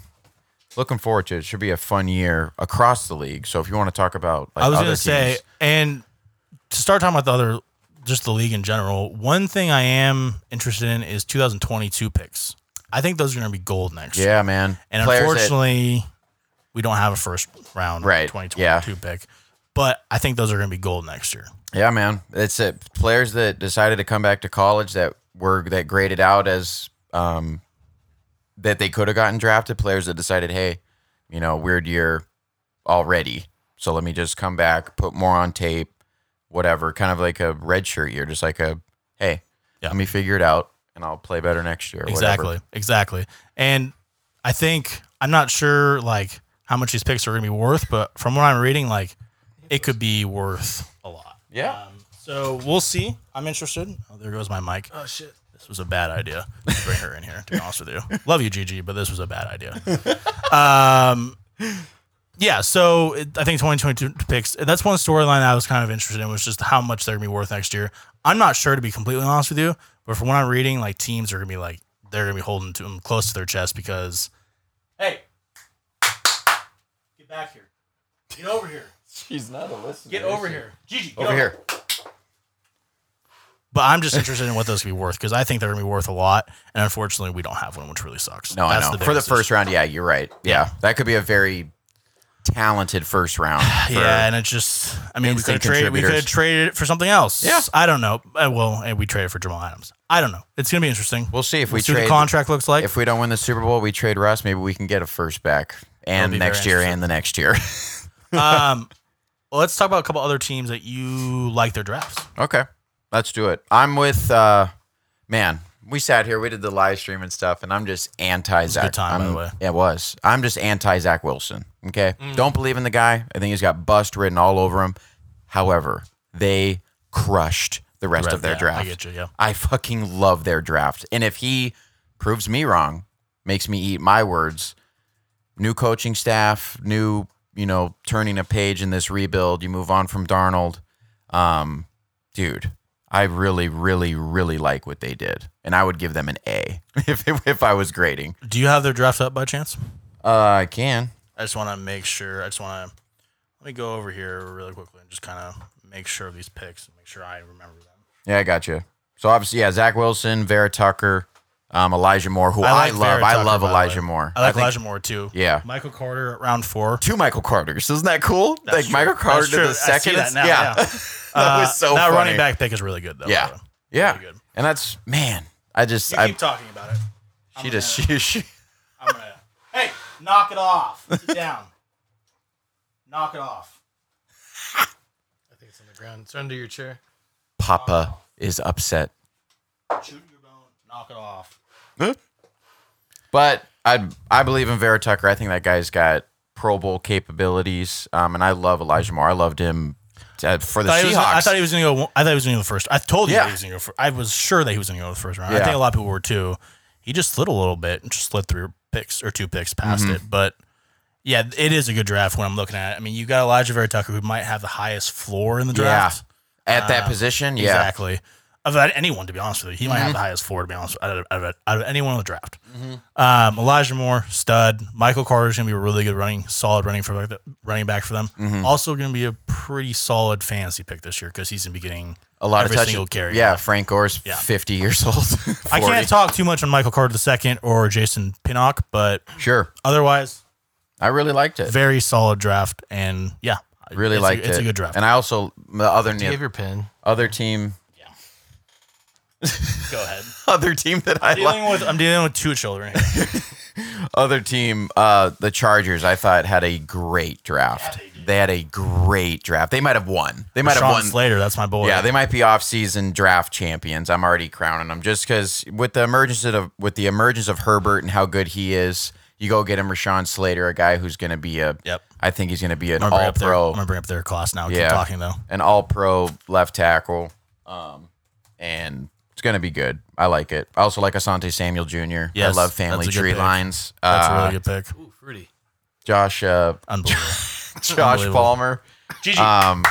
Speaker 3: Looking forward to it. Should be a fun year across the league. So if you want to talk about, like,
Speaker 2: I was
Speaker 3: other
Speaker 2: gonna say,
Speaker 3: teams-
Speaker 2: and to start talking about the other, just the league in general. One thing I am interested in is 2022 picks. I think those are gonna be gold next year.
Speaker 3: yeah, man.
Speaker 2: And
Speaker 3: Players that-
Speaker 2: unfortunately, we don't have a first round
Speaker 3: Right,
Speaker 2: 2022
Speaker 3: yeah.
Speaker 2: pick. But I think those are gonna be gold next year.
Speaker 3: Yeah, man. It's it. Players that decided to come back to college that were that graded out as um, that they could have gotten drafted. Players that decided, hey, you know, weird year already, so let me just come back, put more on tape, whatever. Kind of like a red shirt year, just like a hey,
Speaker 2: Yeah.
Speaker 3: let me figure it out, and I'll play better next year. or
Speaker 2: Exactly.
Speaker 3: Whatever.
Speaker 2: Exactly. And I think I'm not sure like how much these picks are gonna be worth, but from what I'm reading, like it could be worth a lot.
Speaker 3: Yeah.
Speaker 2: So we'll see. I'm interested. Oh, there goes my mic.
Speaker 1: Oh shit.
Speaker 2: This was a bad idea to bring her in here, to be honest with you. Love you, Gigi, but this was a bad idea. Um, yeah, so it, I think 2022 picks, that's one storyline I was kind of interested in, was just how much they're going to be worth next year. I'm not sure, to be completely honest with you, but from what I'm reading, like teams are going to be like, they're going to be holding to them close to their chest because, hey, get back here. Get over here.
Speaker 3: She's not a listener.
Speaker 2: Get over here. Gigi, get
Speaker 3: Over here.
Speaker 2: But I'm just interested in what those could be worth because I think they're going to be worth a lot. And unfortunately, we don't have one, which really sucks.
Speaker 3: No,
Speaker 2: That's
Speaker 3: I know. For the
Speaker 2: biggest issue.
Speaker 3: first round, yeah, you're right. Yeah. That could be a very talented first round. for-
Speaker 2: yeah, and it's just I mean we could have
Speaker 3: instant
Speaker 2: traded we could have
Speaker 3: contributors.
Speaker 2: traded it for something else.
Speaker 3: Yeah.
Speaker 2: I don't know. Uh, well, and we traded for Jamal Adams. I don't know. It's gonna be interesting.
Speaker 3: We'll see if we
Speaker 2: We'll see what
Speaker 3: trade
Speaker 2: the contract looks like.
Speaker 3: If we don't win the Super Bowl, we trade Russ. Maybe we can get a first back and
Speaker 2: be very
Speaker 3: next year and the next year.
Speaker 2: um, well, let's talk about a couple other teams that you like their drafts.
Speaker 3: okay. Let's do it. I'm with, uh, man, we sat here, we did the live stream and stuff, and I'm just anti Zach.
Speaker 2: good time, by
Speaker 3: I'm-
Speaker 2: the way. Mm.
Speaker 3: yeah, It was. I'm just anti Zach Wilson. Okay. Don't believe in the guy. I think he's got bust written all over him. However, they crushed the rest of their
Speaker 2: Yeah,
Speaker 3: draft.
Speaker 2: I get you. Yeah.
Speaker 3: I fucking love their draft. And if he proves me wrong, makes me eat my words, new coaching staff, new, you know, turning a page in this rebuild, you move on from Darnold. Um, dude, I really, really, really like what they did. And I would give them an A if, if I was grading.
Speaker 2: Do you have their draft up by chance?
Speaker 3: Uh, I can.
Speaker 2: I just want to make sure. I just want to let me go over here really quickly and just kind of make sure of these picks and make sure I remember them.
Speaker 3: Yeah, I got you. So obviously, yeah, Zach Wilson, Vera Tucker, um, Elijah Moore, who I,
Speaker 2: like
Speaker 3: love.
Speaker 2: Vera
Speaker 3: I
Speaker 2: Tucker,
Speaker 3: love
Speaker 2: by the way.
Speaker 3: Elijah Moore.
Speaker 2: I like
Speaker 3: think-
Speaker 2: Elijah Moore too.
Speaker 3: Yeah.
Speaker 2: Michael Carter at round four.
Speaker 3: two Michael Carters. Isn't that cool? like
Speaker 2: true.
Speaker 3: Michael Carter
Speaker 2: That's
Speaker 3: did
Speaker 2: true.
Speaker 3: the
Speaker 2: I see
Speaker 3: second.
Speaker 2: that now,
Speaker 3: yeah,
Speaker 2: yeah.
Speaker 3: that
Speaker 2: Uh,
Speaker 3: was so
Speaker 2: that
Speaker 3: funny.
Speaker 2: running back pick is really good though.
Speaker 3: Yeah,
Speaker 2: by the way.
Speaker 3: yeah,
Speaker 2: Really good.
Speaker 3: and that's man. I just
Speaker 2: You
Speaker 3: I
Speaker 2: keep talking about it.
Speaker 3: she just she, she
Speaker 2: I'm gonna. hey, knock it off. Sit down. knock it off.
Speaker 1: I think it's on the ground. It's under your chair.
Speaker 3: Papa is upset,
Speaker 2: Shoot your bone. Knock it off.
Speaker 3: but I I believe in Vera Tucker. I think that guy's got Pro Bowl capabilities. Um, and I love Elijah Moore. I loved him uh, for the
Speaker 2: I thought, he was, I
Speaker 3: Seahawks.
Speaker 2: thought he was gonna go. I thought he was gonna go the first. I told you
Speaker 3: Yeah.
Speaker 2: that he was gonna go. First. I was sure that he was gonna go the first round. I
Speaker 3: Yeah.
Speaker 2: think a lot of people were too. He just slid a little bit and just slid through picks or two picks past
Speaker 3: Mm-hmm.
Speaker 2: it. But yeah, it is a good draft when I'm looking at it. I mean, you got Elijah Vera Tucker who might have the highest floor in the
Speaker 3: yeah,
Speaker 2: draft. Ah,
Speaker 3: at that position. Yeah, Mm-hmm.
Speaker 2: Exactly. Of that- anyone, to be honest with you, he might have the highest floor. To be honest, out of, out of, out of anyone in the draft, um, Elijah Moore, stud. Michael Carter's going to be a really good running, solid running for the, running back for them.
Speaker 3: Mm-hmm.
Speaker 2: Also going to be a pretty solid fantasy pick this year because he's going to be getting
Speaker 3: a lot
Speaker 2: every
Speaker 3: of touches.
Speaker 2: single carry.
Speaker 3: Yeah, Frank Gore's
Speaker 2: Yeah.
Speaker 3: fifty years old. 40.
Speaker 2: I can't talk too much on Michael Carter the second or Jason Pinnock, but
Speaker 3: Sure,
Speaker 2: otherwise,
Speaker 3: I really liked it.
Speaker 2: very solid draft. And yeah,
Speaker 3: Really
Speaker 2: it's
Speaker 3: liked
Speaker 2: a, It's
Speaker 3: it.
Speaker 2: a good draft.
Speaker 3: And I also the other
Speaker 1: Do you have your pen?
Speaker 3: other team
Speaker 2: Go ahead.
Speaker 3: other team that I like.
Speaker 2: Dealing with, I'm dealing with two children. here.
Speaker 3: Other team, uh, the Chargers, I thought had a great draft. They had a great draft. They might have won. They might have
Speaker 2: Sean
Speaker 3: won.
Speaker 2: Slater, that's my boy.
Speaker 3: Yeah, they might be off-season draft champions. I'm already crowning them just because with the emergence of with the emergence of Herbert and how good he is, you go get him Rashawn Slater, a guy who's going to be a. I
Speaker 2: Yep.
Speaker 3: think he's going to be an
Speaker 2: I'm gonna bring up their, I'm
Speaker 3: All-Pro,
Speaker 2: gonna bring up their class now.
Speaker 3: Yeah.
Speaker 2: Keep talking though.
Speaker 3: an All-Pro left tackle, um, and it's going to be good. I like it. I also like Asante Samuel Jr.
Speaker 2: Yes,
Speaker 3: I love
Speaker 2: that's
Speaker 3: family
Speaker 2: a good
Speaker 3: tree
Speaker 2: pick.
Speaker 3: lines.
Speaker 2: That's
Speaker 3: Uh,
Speaker 2: a really good pick.
Speaker 1: Ooh, fruity.
Speaker 3: Josh uh,
Speaker 2: Unbelievable.
Speaker 3: Josh
Speaker 2: Unbelievable.
Speaker 3: Palmer.
Speaker 2: Gigi,
Speaker 3: Um,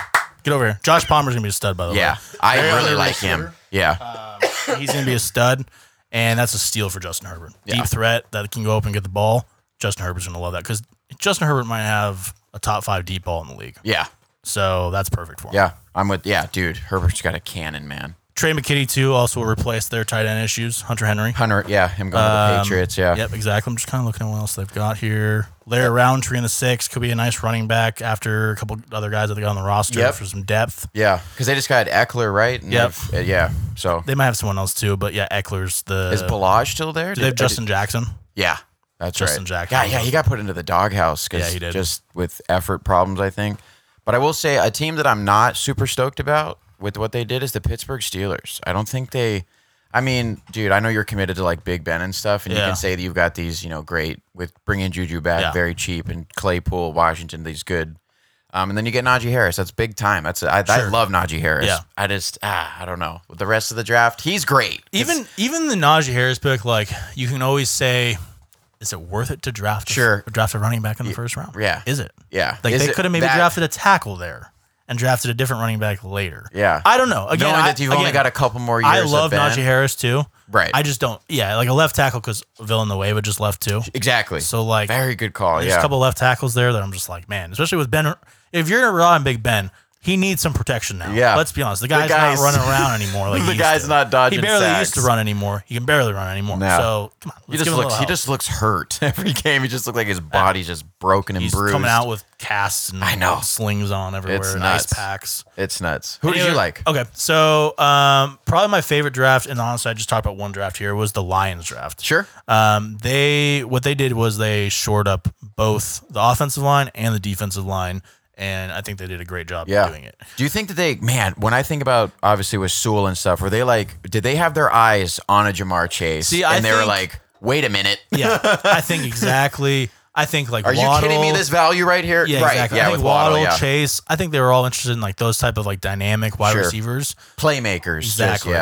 Speaker 2: get over here. Josh Palmer's gonna be a stud, by the
Speaker 3: yeah,
Speaker 2: way.
Speaker 3: I
Speaker 2: Very
Speaker 3: really
Speaker 2: underrated
Speaker 3: like him.
Speaker 2: receiver.
Speaker 3: Yeah,
Speaker 2: Yeah, he's gonna be a stud, and that's a steal for Justin Herbert.
Speaker 3: Yeah.
Speaker 2: Deep threat that can go up and get the ball. Justin Herbert's gonna love that because Justin Herbert might have a top five deep ball in the league,
Speaker 3: yeah,
Speaker 2: so that's perfect for him.
Speaker 3: yeah. I'm with yeah, dude. Herbert's got a cannon, man.
Speaker 2: Trey McKitty too also will replace their tight end issues. Hunter Henry.
Speaker 3: Hunter, yeah, him going to the
Speaker 2: Um,
Speaker 3: Patriots. Yeah,
Speaker 2: Yep, exactly. I'm just kind of looking at what else they've got here. Larry Roundtree in the six could be a nice running back after a couple other guys that they got on the roster
Speaker 3: Yep.
Speaker 2: for some depth.
Speaker 3: yeah, because they just got Eckler, right? And
Speaker 2: Yep.
Speaker 3: they've- uh, Yeah. So
Speaker 2: They might have someone else too, but yeah, Eckler's the.
Speaker 3: is Balaj still there?
Speaker 2: do they have
Speaker 3: Did-
Speaker 2: Justin Jackson?
Speaker 3: Yeah, that's
Speaker 2: Justin
Speaker 3: right.
Speaker 2: Jackson.
Speaker 3: Yeah, yeah, he got put into the doghouse because
Speaker 2: Yeah, he did.
Speaker 3: just with effort problems, I think. But I will say a team that I'm not super stoked about with what they did is the Pittsburgh Steelers. I don't think they. I mean, dude, I know you're committed to like Big Ben and stuff, and you
Speaker 2: Yeah.
Speaker 3: can say that you've got these, you know, great with bringing Juju back
Speaker 2: Yeah.
Speaker 3: very cheap and Claypool, Washington, these good. Um, and then you get Najee Harris. That's big time. That's I, I
Speaker 2: Sure.
Speaker 3: love Najee Harris.
Speaker 2: Yeah.
Speaker 3: I just ah, I don't know. With the rest of the draft, he's great. It's-
Speaker 2: Even even the Najee Harris pick, like you can always say, is it worth it to draft? a-
Speaker 3: Sure.
Speaker 2: draft a running back in the first round.
Speaker 3: yeah.
Speaker 2: is it?
Speaker 3: yeah,
Speaker 2: Like
Speaker 3: Is
Speaker 2: they
Speaker 3: it
Speaker 2: could have maybe
Speaker 3: that-
Speaker 2: drafted a tackle there and drafted a different running back later.
Speaker 3: Yeah.
Speaker 2: I don't know. Again,
Speaker 3: knowing
Speaker 2: I,
Speaker 3: that you've only
Speaker 2: again,
Speaker 3: got a couple more years.
Speaker 2: I
Speaker 3: of
Speaker 2: love
Speaker 3: Ben.
Speaker 2: Najee Harris too.
Speaker 3: Right.
Speaker 2: I just don't. Yeah, like a left tackle because Villanueva just left too.
Speaker 3: Exactly.
Speaker 2: So like,
Speaker 3: very good call.
Speaker 2: there's
Speaker 3: Yeah.
Speaker 2: a couple left tackles there that I'm just like, man, especially with Ben. If you're gonna rely on Big Ben, he needs some protection now.
Speaker 3: Yeah.
Speaker 2: Let's be honest. The guy's,
Speaker 3: guy's-
Speaker 2: not running around anymore. Like he
Speaker 3: the
Speaker 2: used
Speaker 3: guy's
Speaker 2: to.
Speaker 3: not dodging
Speaker 2: He barely
Speaker 3: sacks.
Speaker 2: used to run anymore. He can barely run anymore.
Speaker 3: No.
Speaker 2: So come on.
Speaker 3: He just
Speaker 2: let's give him a
Speaker 3: looks.
Speaker 2: little
Speaker 3: He
Speaker 2: help.
Speaker 3: just looks hurt every game. He just looks like his body's just broken and
Speaker 2: He's
Speaker 3: bruised.
Speaker 2: coming out with casts and
Speaker 3: I know.
Speaker 2: slings on everywhere
Speaker 3: It's
Speaker 2: and
Speaker 3: nuts.
Speaker 2: ice packs.
Speaker 3: It's nuts. Who did
Speaker 2: Anyway, oh.
Speaker 3: you like?
Speaker 2: Okay, so um, probably my favorite draft, and honestly, I just talked about one draft here was the Lions draft.
Speaker 3: Sure.
Speaker 2: Um, they what they did was they shored up both the offensive line and the defensive line, and I think they did a great job
Speaker 3: Yeah.
Speaker 2: doing it.
Speaker 3: Do you think that they, man, when I think about obviously with Sewell and stuff, were they like, did they have their eyes on a Jamar Chase?
Speaker 2: See, I
Speaker 3: and they were
Speaker 2: think-
Speaker 3: like, wait a minute.
Speaker 2: Yeah, I think exactly. I think like
Speaker 3: Are you kidding me?
Speaker 2: Waddle-
Speaker 3: This value right here?
Speaker 2: Yeah,
Speaker 3: right.
Speaker 2: exactly.
Speaker 3: Yeah,
Speaker 2: I think
Speaker 3: with Waddle, yeah.
Speaker 2: Chase. I think they were all interested in like those type of like dynamic wide
Speaker 3: Sure.
Speaker 2: receivers.
Speaker 3: Playmakers. just,
Speaker 2: Exactly.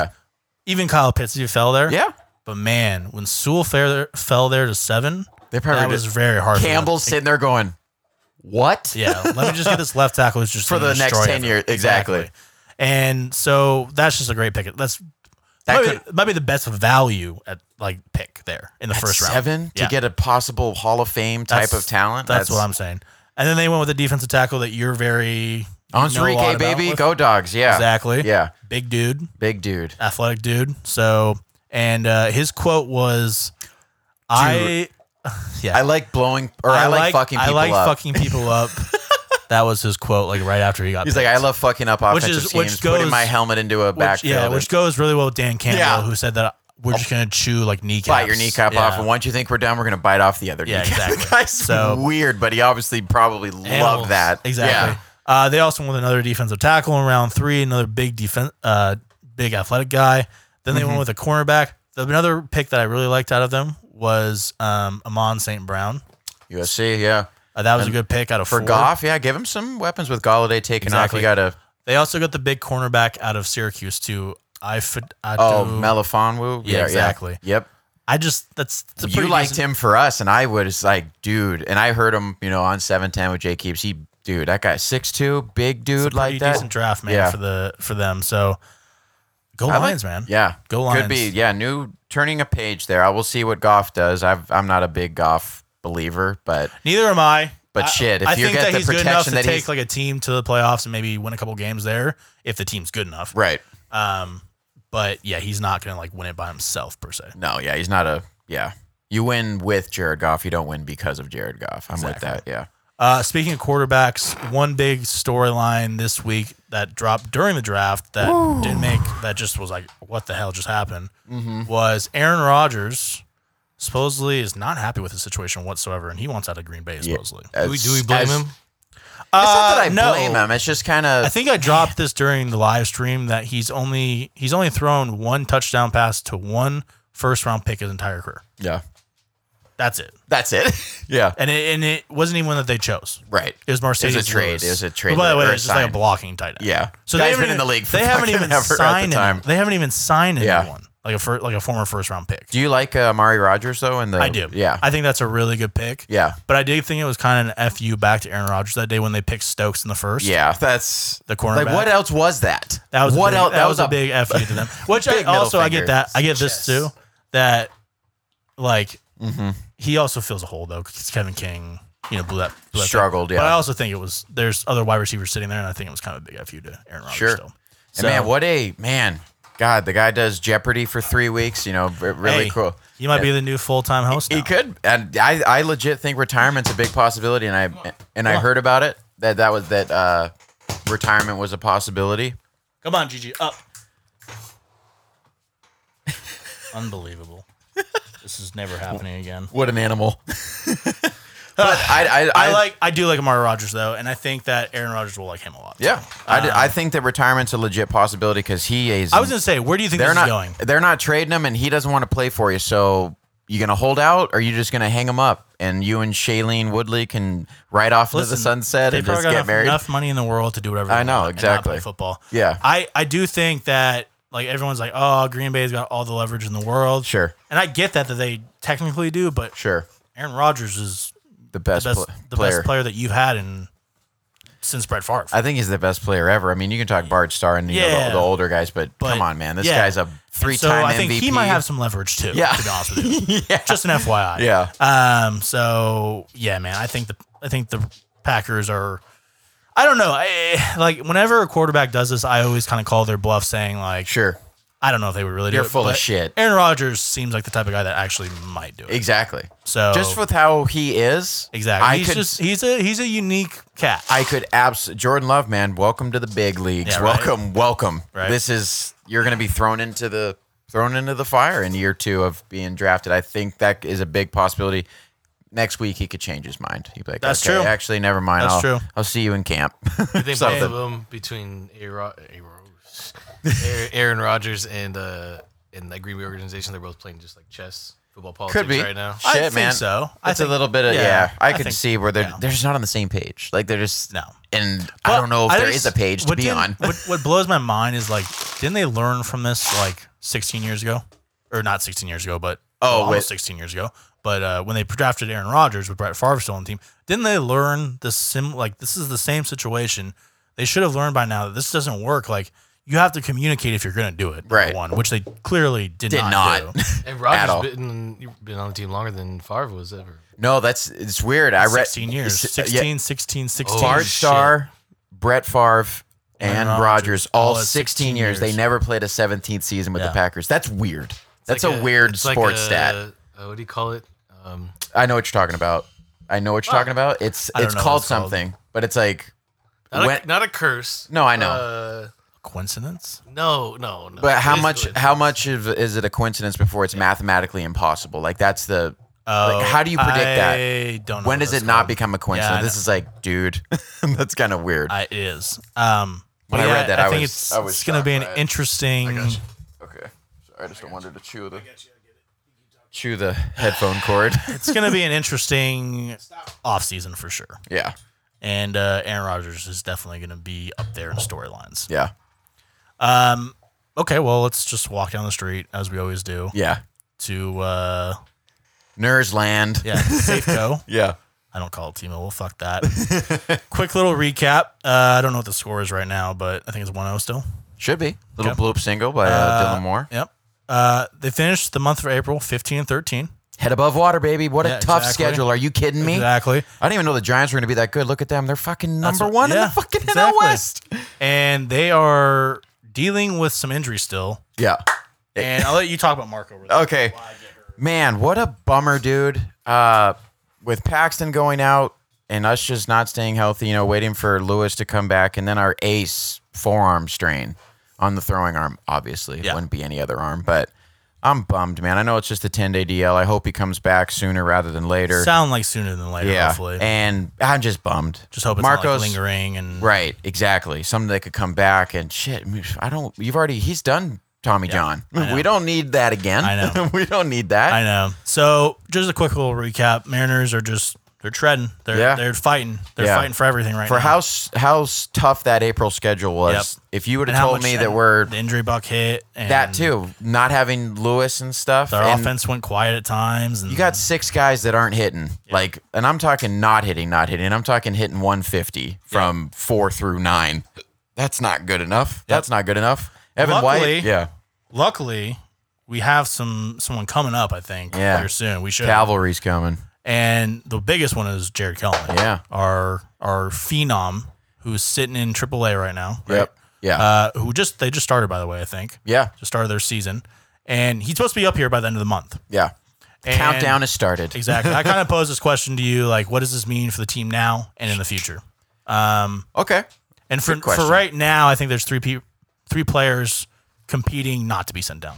Speaker 2: Even Kyle Pitts, he fell there.
Speaker 3: yeah. Yeah.
Speaker 2: But man, when Sewell fell there, fell there to seven,
Speaker 3: They probably
Speaker 2: that was
Speaker 3: just,
Speaker 2: very hard. for them.
Speaker 3: Campbell's sitting there going, what?
Speaker 2: Yeah, let me just get this left tackle who's just
Speaker 3: For
Speaker 2: gonna
Speaker 3: the next
Speaker 2: destroy
Speaker 3: 10
Speaker 2: everyone.
Speaker 3: years. Exactly.
Speaker 2: And so that's just a great pick. That's
Speaker 3: That
Speaker 2: might, be, might be the best value at like pick there in the first round.
Speaker 3: Seven
Speaker 2: Yeah.
Speaker 3: to get a possible Hall of Fame type
Speaker 2: That's-
Speaker 3: of talent.
Speaker 2: That's, what I'm saying. And then they went with a defensive tackle that you're very
Speaker 3: on
Speaker 2: know a lot
Speaker 3: Enrique,
Speaker 2: about
Speaker 3: baby.
Speaker 2: with.
Speaker 3: Go dogs. Yeah.
Speaker 2: exactly.
Speaker 3: Yeah.
Speaker 2: big dude,
Speaker 3: Big dude.
Speaker 2: athletic dude. So and uh, his quote was, "I
Speaker 3: I like blowing or I, like, fucking
Speaker 2: I
Speaker 3: people
Speaker 2: like
Speaker 3: up.
Speaker 2: fucking people up." that was his quote, like right after he got.
Speaker 3: He's like, I love fucking up
Speaker 2: Which
Speaker 3: offensive
Speaker 2: is-
Speaker 3: teams.
Speaker 2: which
Speaker 3: putting
Speaker 2: goes-
Speaker 3: my helmet into a
Speaker 2: Which-
Speaker 3: backfield.
Speaker 2: yeah,
Speaker 3: and
Speaker 2: which goes really well with Dan Campbell,
Speaker 3: Yeah.
Speaker 2: who said that we're just gonna chew like kneecaps,
Speaker 3: bite your kneecap
Speaker 2: Yeah.
Speaker 3: off, and once you think we're done, we're gonna bite off the other.
Speaker 2: Yeah,
Speaker 3: kneecap.
Speaker 2: exactly.
Speaker 3: The guy's
Speaker 2: So-
Speaker 3: weird, but he obviously probably
Speaker 2: Animals.
Speaker 3: loved that.
Speaker 2: exactly.
Speaker 3: Yeah.
Speaker 2: Uh, they also went with another defensive tackle in round three, another big defense, uh, big athletic guy. Then they
Speaker 3: Mm-hmm.
Speaker 2: went with a cornerback. The- Another pick that I really liked out of them was um, Amon St. Brown.
Speaker 3: USC, yeah.
Speaker 2: Uh, that was a good pick out of
Speaker 3: For
Speaker 2: four.
Speaker 3: Goff, yeah, give him some weapons with Galladay taken
Speaker 2: Exactly.
Speaker 3: off. You gotta
Speaker 2: They also got the big cornerback out of Syracuse too. I, fid- I
Speaker 3: oh
Speaker 2: do-
Speaker 3: Melifonwu.
Speaker 2: Yeah, exactly.
Speaker 3: Yep.
Speaker 2: I just that's, that's a
Speaker 3: you
Speaker 2: pretty
Speaker 3: liked
Speaker 2: decent-
Speaker 3: him for us, and I was like, dude. And I heard him, you know, on seven ten with Jay Keeps. He, dude, that guy six two, big dude
Speaker 2: It's a
Speaker 3: like
Speaker 2: pretty
Speaker 3: that.
Speaker 2: decent draft man
Speaker 3: Yeah.
Speaker 2: for the for them. So go
Speaker 3: I like-
Speaker 2: Lions, man.
Speaker 3: Yeah,
Speaker 2: Go
Speaker 3: Could be.
Speaker 2: Lions.
Speaker 3: Yeah, new turning a page there. I will see what Goff does. I've, I'm not a big Goff believer, but
Speaker 2: Neither am I.
Speaker 3: But
Speaker 2: I-
Speaker 3: shit, if
Speaker 2: I
Speaker 3: you
Speaker 2: think
Speaker 3: get
Speaker 2: that
Speaker 3: the
Speaker 2: he's good enough to
Speaker 3: protection that
Speaker 2: take
Speaker 3: he's-
Speaker 2: like a team to the playoffs and maybe win a couple games there if the team's good enough.
Speaker 3: right.
Speaker 2: Um, but yeah, he's not gonna like win it by himself per se.
Speaker 3: No, yeah, he's not a. Yeah, you win with Jared Goff. You don't win because of Jared Goff. I'm with that. Yeah,
Speaker 2: Uh, speaking of quarterbacks, one big storyline this week that dropped during the draft that didn't make that just was like, what the hell just happened?
Speaker 3: Mm-hmm.
Speaker 2: Was Aaron Rodgers supposedly is not happy with the situation whatsoever, and he wants out of Green Bay supposedly.
Speaker 1: Do we, do we blame
Speaker 3: As-
Speaker 1: him?
Speaker 3: Uh, It's not that I
Speaker 2: Uh, no.
Speaker 3: blame him. It's just kind
Speaker 2: I
Speaker 3: of.
Speaker 2: think I dropped this during the live stream that he's only he's only thrown one touchdown pass to one first round pick his entire career.
Speaker 3: Yeah,
Speaker 2: That's it,
Speaker 3: that's it. yeah,
Speaker 2: and it and it wasn't even one that they chose.
Speaker 3: right.
Speaker 2: It was Mercedes.
Speaker 3: trade.
Speaker 2: Lewis.
Speaker 3: It was a trade
Speaker 2: By the way,
Speaker 3: or a
Speaker 2: it's just like a
Speaker 3: sign.
Speaker 2: blocking tight end.
Speaker 3: Yeah.
Speaker 2: So
Speaker 3: Guy's
Speaker 2: they haven't
Speaker 3: been in
Speaker 2: even-
Speaker 3: the league for
Speaker 2: They haven't
Speaker 3: fucking
Speaker 2: even
Speaker 3: ever at the
Speaker 2: signed him.
Speaker 3: time.
Speaker 2: They haven't even signed
Speaker 3: Yeah.
Speaker 2: anyone like a fir- like a former first round pick.
Speaker 3: Do you like uh, Amari Rogers though? And the
Speaker 2: I do.
Speaker 3: Yeah,
Speaker 2: I think that's a really good pick.
Speaker 3: yeah,
Speaker 2: But I did think it was kind of an fu back to Aaron Rodgers that day when they picked Stokes in the first.
Speaker 3: yeah. That's
Speaker 2: The
Speaker 3: like
Speaker 2: cornerback.
Speaker 3: what else was that?
Speaker 2: That was
Speaker 3: what
Speaker 2: a big,
Speaker 3: el-
Speaker 2: That, was, a big fu to them. Which I
Speaker 3: big middle
Speaker 2: also I
Speaker 3: finger.
Speaker 2: get that I get this too that like
Speaker 3: Mhm.
Speaker 2: he also feels a hole though because Kevin King you know blew that, blew that thing.
Speaker 3: Struggled, yeah.
Speaker 2: But I also think it was there's other wide receivers sitting there and I think it was kind of a big fu to Aaron Rodgers.
Speaker 3: Sure.
Speaker 2: Still.
Speaker 3: And man, what a man! God, the guy does Jeopardy for three weeks. You know, r- really
Speaker 2: Hey,
Speaker 3: cool.
Speaker 2: You might be the new full time host.
Speaker 3: He
Speaker 2: now.
Speaker 3: could, and I, I legit think retirement's a big possibility. And I, and I heard about it that that was that uh, retirement was a possibility.
Speaker 2: Come on, Gigi, up. Unbelievable. This is never happening again.
Speaker 3: What an animal! but I, I,
Speaker 2: I like I do like Amari Rogers though, and I think that Aaron Rodgers will like him a lot.
Speaker 3: yeah. I, d- I think that retirement's a legit possibility because he is.
Speaker 2: Uh, I was gonna say, where do you think
Speaker 3: they're
Speaker 2: this
Speaker 3: not
Speaker 2: is going?
Speaker 3: they're not trading him, and he doesn't want to play for you. So you gonna hold out, or you just gonna hang him up, and you and Shailene Woodley can ride off into the
Speaker 2: Listen,
Speaker 3: sunset
Speaker 2: They
Speaker 3: and just
Speaker 2: probably got
Speaker 3: get
Speaker 2: enough,
Speaker 3: married.
Speaker 2: enough money in the world to do whatever.
Speaker 3: I
Speaker 2: they
Speaker 3: know,
Speaker 2: want and not play
Speaker 3: exactly.
Speaker 2: football.
Speaker 3: Yeah.
Speaker 2: I I do think that like everyone's like, oh, Green Bay's got all the leverage in the world.
Speaker 3: Sure.
Speaker 2: And I get that that they technically do, but
Speaker 3: Sure,
Speaker 2: Aaron Rodgers is
Speaker 3: the best,
Speaker 2: the best
Speaker 3: pl-
Speaker 2: the
Speaker 3: player.
Speaker 2: best player that you've had in since Brett Favre.
Speaker 3: I think he's the best player ever. I mean, you can talk Bart Starr and you know,
Speaker 2: Yeah.
Speaker 3: the, the older guys, but,
Speaker 2: But,
Speaker 3: come on, man, this
Speaker 2: yeah.
Speaker 3: guy's a
Speaker 2: And so
Speaker 3: three-time
Speaker 2: I think
Speaker 3: MVP.
Speaker 2: he might have some leverage too.
Speaker 3: Yeah.
Speaker 2: To be honest with you. yeah. Just an FYI.
Speaker 3: yeah,
Speaker 2: Um. So yeah, man. I think the I think the Packers are. I don't know. I, like whenever a quarterback does this, I always kind of call their bluff, saying like,
Speaker 3: Sure.
Speaker 2: I don't know if they would really do
Speaker 3: You're
Speaker 2: it.
Speaker 3: full of
Speaker 2: but
Speaker 3: shit.
Speaker 2: Aaron Rodgers seems like the type of guy that actually might do it.
Speaker 3: Exactly.
Speaker 2: So
Speaker 3: Just with how he is.
Speaker 2: exactly,
Speaker 3: I
Speaker 2: he's
Speaker 3: could
Speaker 2: just he's a he's a unique cat.
Speaker 3: I could abs Jordan Love, man. Welcome to the big leagues.
Speaker 2: Yeah, right.
Speaker 3: welcome, welcome.
Speaker 2: Right.
Speaker 3: This is you're going to be thrown into the thrown into the fire in year two of being drafted. I think that is a big possibility. Next week he could change his mind. He'd be like,
Speaker 2: That's
Speaker 3: okay,
Speaker 2: true.
Speaker 3: Actually, never mind.
Speaker 2: That's
Speaker 3: I'll,
Speaker 2: true.
Speaker 3: I'll see you in camp.
Speaker 1: I think both of them between A- Ro- A- Rose- Aaron- Aaron Rodgers and uh and that Green Bay organization, they're both playing just like chess, football politics
Speaker 3: could be
Speaker 1: right now.
Speaker 2: I
Speaker 3: Shit,
Speaker 2: think
Speaker 3: man.
Speaker 2: so. I
Speaker 3: It's
Speaker 2: think-
Speaker 3: a little bit of
Speaker 2: yeah,
Speaker 3: yeah. I
Speaker 2: I
Speaker 3: could
Speaker 2: think-
Speaker 3: see where they're
Speaker 2: yeah.
Speaker 3: they're just not on the same page. Like they're just
Speaker 2: No.
Speaker 3: And I don't know if
Speaker 2: there
Speaker 3: there
Speaker 2: is
Speaker 3: is a page to
Speaker 2: what
Speaker 3: be
Speaker 2: didn't-
Speaker 3: on.
Speaker 2: what, what blows my mind is like, didn't they learn from this like 16 years ago, or not 16 years ago, but
Speaker 3: Oh,
Speaker 2: almost
Speaker 3: wait.
Speaker 2: 16 years ago. But uh, when they drafted Aaron Rodgers with Brett Favre still on the team, didn't they learn the sim? Like this is the same situation. They should have learned by now that this doesn't work. Like you have to communicate if you're going to do it. number
Speaker 3: Right.
Speaker 2: One, which they clearly did,
Speaker 3: Did
Speaker 2: not.
Speaker 3: not.
Speaker 2: do.
Speaker 1: And
Speaker 3: all.
Speaker 1: Rodgers been been on the team longer than Favre was ever.
Speaker 3: No, that's it's weird. I read
Speaker 2: 16 years,
Speaker 3: it's- yeah,
Speaker 2: 16, 16, 16.
Speaker 1: Oh,
Speaker 3: Bart
Speaker 1: shit.
Speaker 3: Starr, Brett Favre, and
Speaker 2: Rodgers,
Speaker 3: Rodgers, all
Speaker 2: all at
Speaker 3: 16
Speaker 2: 16
Speaker 3: years. They
Speaker 2: years.
Speaker 3: never played a 17th season with
Speaker 2: Yeah.
Speaker 3: the Packers. That's weird. That's
Speaker 1: Like
Speaker 3: a, weird
Speaker 1: it's like
Speaker 3: sports
Speaker 1: a-
Speaker 3: stat.
Speaker 1: uh, what do you call it? Um,
Speaker 3: I know what you're talking about. I know what you're talking about. It's
Speaker 2: I don't
Speaker 3: it's
Speaker 2: know what
Speaker 3: called
Speaker 2: it's called.
Speaker 3: something, but it's like
Speaker 1: not,
Speaker 3: when,
Speaker 1: a, not a curse.
Speaker 3: No, I know.
Speaker 1: Uh,
Speaker 2: Coincidence?
Speaker 1: no, no, no.
Speaker 3: but how
Speaker 1: It is
Speaker 3: much
Speaker 1: good.
Speaker 3: how much of, is it a coincidence before it's mathematically impossible? Like that's the
Speaker 2: Oh,
Speaker 3: how do you predict that?
Speaker 2: I don't know.
Speaker 3: when
Speaker 2: what
Speaker 3: does
Speaker 2: that's
Speaker 3: it not
Speaker 2: called.
Speaker 3: become a coincidence?
Speaker 2: I
Speaker 3: this
Speaker 2: know.
Speaker 3: is like, dude, that's kind of weird.
Speaker 2: I, it is. Um,
Speaker 3: When
Speaker 2: but
Speaker 3: I
Speaker 2: yeah,
Speaker 3: read that, I
Speaker 2: think
Speaker 3: was-
Speaker 2: it's,
Speaker 3: I was
Speaker 2: it's going to
Speaker 3: shocked
Speaker 2: be an
Speaker 3: by it.
Speaker 2: interesting.
Speaker 3: okay, sorry, I just wanted to chew the chew the headphone cord.
Speaker 2: It's going to be an interesting off season for sure.
Speaker 3: yeah,
Speaker 2: And uh, Aaron Rodgers is definitely going to be up there in storylines.
Speaker 3: yeah,
Speaker 2: Um, okay, well, let's just walk down the street as we always do
Speaker 3: yeah.
Speaker 2: to uh,
Speaker 3: Nurse land.
Speaker 2: yeah, Safeco.
Speaker 3: Yeah.
Speaker 2: I don't call it T-Mobile. fuck that. Quick little recap. Uh, I don't know what the score is right now, but I think it's 1-0 still.
Speaker 3: Should be. Little
Speaker 2: Okay.
Speaker 3: bloop single by uh,
Speaker 2: Uh,
Speaker 3: Dylan Moore.
Speaker 2: Yep. Uh, they finished the month of April 15 and 13.
Speaker 3: Head above water, baby. What
Speaker 2: Yeah,
Speaker 3: a tough
Speaker 2: exactly.
Speaker 3: schedule. Are you kidding me?
Speaker 2: Exactly.
Speaker 3: I didn't even know the Giants were going to be that good. Look at them. They're fucking
Speaker 2: That's
Speaker 3: number
Speaker 2: what-
Speaker 3: one in
Speaker 2: yeah,
Speaker 3: the fucking NL
Speaker 2: exactly.
Speaker 3: West.
Speaker 2: and they are dealing with some injuries still.
Speaker 3: Yeah.
Speaker 2: And I'll let you talk about Marco. Really.
Speaker 3: Okay. Man, what a bummer, dude. Uh, with Paxton going out and us just not staying healthy, you know, waiting for Lewis to come back, and then our ace forearm strain on the throwing arm. Obviously,
Speaker 2: Yeah.
Speaker 3: it wouldn't be any other arm, but I'm bummed, man. I know it's just a 10 day DL. I hope he comes back sooner rather than later.
Speaker 2: Sound like sooner than later,
Speaker 3: yeah,
Speaker 2: hopefully.
Speaker 3: and I'm just bummed.
Speaker 2: Just hope it's not like lingering and
Speaker 3: Right, exactly. Something that could come back and shit. I don't. You've already. He's done. Tommy John.
Speaker 2: I know.
Speaker 3: We don't need that again.
Speaker 2: I know.
Speaker 3: we don't need that.
Speaker 2: I know. So just a quick little recap. Mariners are just they're treading. They're
Speaker 3: Yeah.
Speaker 2: they're fighting. They're
Speaker 3: Yeah.
Speaker 2: fighting for everything right
Speaker 3: For
Speaker 2: now.
Speaker 3: how s- how s- tough that April schedule was.
Speaker 2: Yep.
Speaker 3: If you would
Speaker 2: And
Speaker 3: have
Speaker 2: how
Speaker 3: told
Speaker 2: much-
Speaker 3: me that
Speaker 2: and
Speaker 3: we're
Speaker 2: the injury buck hit and
Speaker 3: that too, not having Lewis and stuff,
Speaker 2: Their
Speaker 3: and
Speaker 2: offense went quiet at times and
Speaker 3: you got six guys that aren't hitting. Like, and I'm talking not hitting, not hitting. I'm talking hitting 150 from four through nine. That's not good enough. That's not good enough. Evan
Speaker 2: Luckily-
Speaker 3: White, yeah,
Speaker 2: luckily we have some someone coming up, I think,
Speaker 3: Yeah.
Speaker 2: here soon. We should
Speaker 3: cavalry's coming.
Speaker 2: And the biggest one is Jared Kelman.
Speaker 3: Yeah.
Speaker 2: Our our phenom who's sitting in AAA right now. right?
Speaker 3: Yep. Yeah.
Speaker 2: Uh, who just they just started by the way, I think.
Speaker 3: yeah.
Speaker 2: Just started their season. And he's supposed to be up here by the end of the month.
Speaker 3: Yeah.
Speaker 2: And-
Speaker 3: Countdown has started.
Speaker 2: Exactly. I kind of posed this question to you like what does this mean for the team now and in the future? Um
Speaker 3: Okay.
Speaker 2: and for for
Speaker 3: question.
Speaker 2: right now, I think there's three pe- three players competing not to be sent down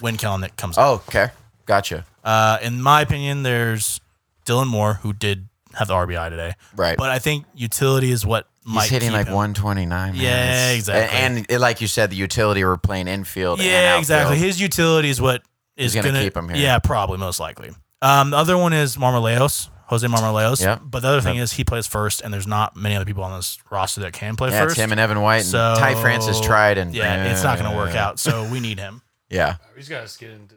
Speaker 2: when Kelnick comes up.
Speaker 3: Oh, okay. Gotcha.
Speaker 2: Uh, in my opinion, there's Dylan Moore who did have the RBI today,
Speaker 3: Right.
Speaker 2: But I think utility is what might
Speaker 3: He's hitting
Speaker 2: keep
Speaker 3: like
Speaker 2: him.
Speaker 3: 129. man.
Speaker 2: Yeah,
Speaker 3: It's-
Speaker 2: exactly.
Speaker 3: And, and it- like you said, the utility were playing infield. and
Speaker 2: Yeah,
Speaker 3: outfield.
Speaker 2: exactly. His utility is what is
Speaker 3: He's
Speaker 2: gonna,
Speaker 3: gonna keep him here.
Speaker 2: Yeah, probably most likely. Um, the other one is Marmaleos, Jose Marmaleos.
Speaker 3: Yep.
Speaker 2: But the other thing is he plays first, and there's not many other people on this roster that can play
Speaker 3: Yeah,
Speaker 2: first.
Speaker 3: it's him and Evan White. And
Speaker 2: So-
Speaker 3: Ty Francis tried, and Uh.
Speaker 2: yeah, it's not going to work out. So we need him.
Speaker 3: Yeah,
Speaker 1: He's got to skid into.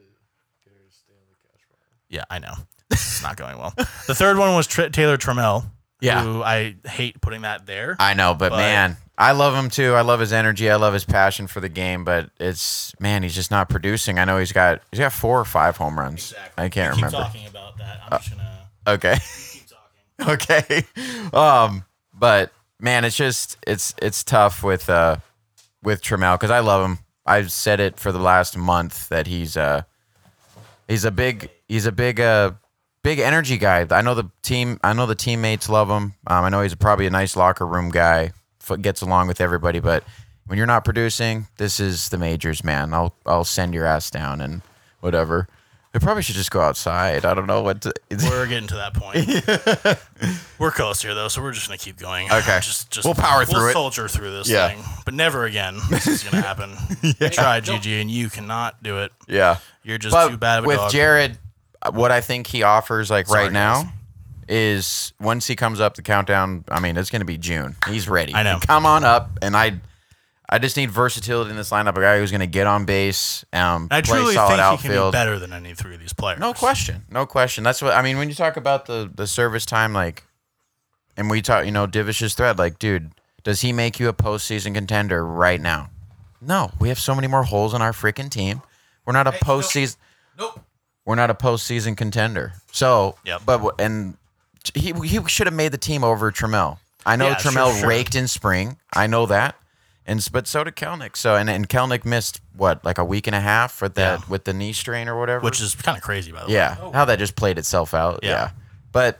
Speaker 2: Yeah, I know. It's not going well. The third one was Tr- Taylor Trammell.
Speaker 3: Yeah.
Speaker 2: Who I hate putting that there.
Speaker 3: I know, but,
Speaker 2: But-
Speaker 3: man, I love him too. I love his energy. I love his passion for the game. But it's man, he's just not producing. I know he's got he's got four or five home runs. I can't
Speaker 2: keep
Speaker 3: remember. Uh,
Speaker 2: talking about that. I'm just gonna
Speaker 3: Okay,
Speaker 2: keep talking.
Speaker 3: okay. Um, but man, it's just it's it's tough with uh with Trammell because I love him. I've said it for the last month that he's uh he's a big he's a big uh big energy guy. I know the team. I know the teammates love him. Um, I know he's probably a nice locker room guy. f- Gets along with everybody, but when you're not producing, this is the majors, man. I'll I'll send your ass down and whatever. They probably should just go outside. I don't know what to.
Speaker 2: We're getting to that point. We're close here though, so we're just gonna keep going.
Speaker 3: Okay.
Speaker 2: just, just
Speaker 3: We'll power through it.
Speaker 2: Soldier through this
Speaker 3: Yeah.
Speaker 2: thing, but never again. This is gonna happen. Try GG, and you cannot do it.
Speaker 3: yeah,
Speaker 2: You're just
Speaker 3: but
Speaker 2: too bad of a
Speaker 3: with
Speaker 2: dog.
Speaker 3: Jared, what I think he offers like
Speaker 2: Sorry,
Speaker 3: right now. Is once he comes up the countdown, I mean, it's going to be June. He's ready.
Speaker 2: I know.
Speaker 3: Come on up, and I, I just need versatility in this lineup. A guy who's going to get on base, um,
Speaker 2: I
Speaker 3: play
Speaker 2: truly think
Speaker 3: solid
Speaker 2: he can be
Speaker 3: outfield.
Speaker 2: better than any three of these players.
Speaker 3: No question. No question. That's what I mean when you talk about the the service time, like, and we talk, you know, Divish's thread, like, dude, does he make you a postseason contender right now? No, we have so many more holes in our freaking team. We're not a postseason.
Speaker 1: Nope.
Speaker 3: We're not a postseason contender. So,
Speaker 2: Yep.
Speaker 3: but w- and he he should have made the team over Trammell. I know
Speaker 2: Yeah, sure,
Speaker 3: Trammell
Speaker 2: sure.
Speaker 3: raked in spring. I know that. And s- but so did Kelnick. So and, and Kelnick missed what like a week and a half with that
Speaker 2: Yeah.
Speaker 3: with the knee strain or whatever.
Speaker 2: which is kind of crazy by the way.
Speaker 3: Yeah, how that just played itself out. Yeah.
Speaker 2: Oh. Yeah.
Speaker 3: But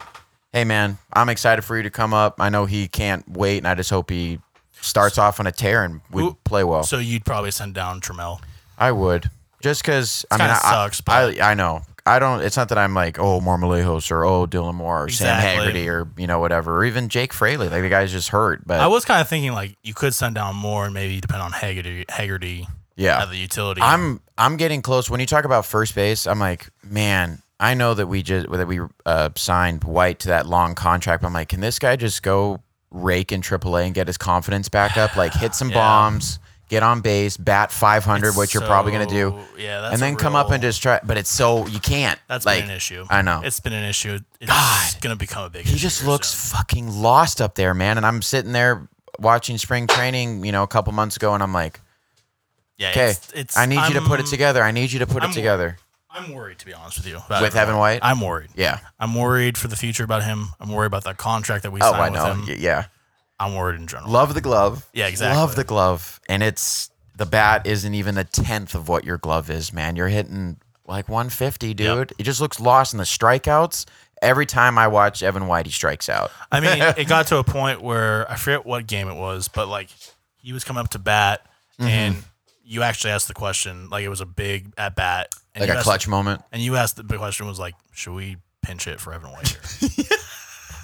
Speaker 3: hey, man, I'm excited for you to come up. I know he can't wait, and I just hope he starts off on a tear and we
Speaker 2: Who-
Speaker 3: play well.
Speaker 2: So you'd probably send down Trammell.
Speaker 3: I would just because I mean,
Speaker 2: kinda
Speaker 3: I,
Speaker 2: sucks, but-
Speaker 3: I I know I don't. It's not that I'm like oh Marmalejos or oh Dylan Moore or Sam
Speaker 2: Exactly.
Speaker 3: Haggerty or you know whatever or even Jake Fraley. Like the guy's just hurt, but
Speaker 2: I was kind of thinking like you could send down more and maybe depend on Haggerty, Haggerty
Speaker 3: yeah,
Speaker 2: at the utility.
Speaker 3: I'm I'm getting close. When you talk about first base, I'm like, man, I know that we just that we uh, signed White to that long contract. But I'm like, can this guy just go rake in AAA and get his confidence back up? Like, hit some
Speaker 2: Yeah.
Speaker 3: bombs, get on base, bat 500,
Speaker 2: It's
Speaker 3: which you're probably gonna do,
Speaker 2: so- Yeah, that's
Speaker 3: and
Speaker 2: a
Speaker 3: then come up
Speaker 2: real-
Speaker 3: and just try. But it's so you can't.
Speaker 2: That's
Speaker 3: like
Speaker 2: been an issue.
Speaker 3: I know.
Speaker 2: It's been an issue. It's gonna become a big
Speaker 3: he
Speaker 2: issue.
Speaker 3: just
Speaker 2: here
Speaker 3: looks
Speaker 2: soon.
Speaker 3: fucking lost up there, man. And I'm sitting there watching spring training, you know, a couple months ago, and I'm like,
Speaker 2: Yeah,
Speaker 3: okay,
Speaker 2: it's, it's
Speaker 3: I need you to put it
Speaker 2: I'm-
Speaker 3: together. I need you to put
Speaker 2: I'm-
Speaker 3: it together.
Speaker 2: I'm worried to be honest with you. about
Speaker 3: With Evan White?
Speaker 2: I'm worried.
Speaker 3: Yeah.
Speaker 2: I'm worried for the future about him. I'm worried about that contract that we
Speaker 3: Oh, I
Speaker 2: signed with
Speaker 3: know.
Speaker 2: him.
Speaker 3: Y- yeah.
Speaker 2: I'm worried in general.
Speaker 3: Love the glove.
Speaker 2: Yeah, exactly.
Speaker 3: Love the glove. And it's the bat isn't even a tenth of what your glove is, man. You're hitting like 150, dude. It just looks lost in the strikeouts. Every time I watch Evan White, he strikes out.
Speaker 2: I mean, it got to a point where I forget what game it was, but like he was coming up to bat,
Speaker 3: Mm-hmm.
Speaker 2: and you actually asked the question, like it was a big at bat, and
Speaker 3: Like
Speaker 2: you
Speaker 3: a
Speaker 2: asked-
Speaker 3: clutch moment.
Speaker 2: and you asked the big question was like, should we pinch it for Evan White here?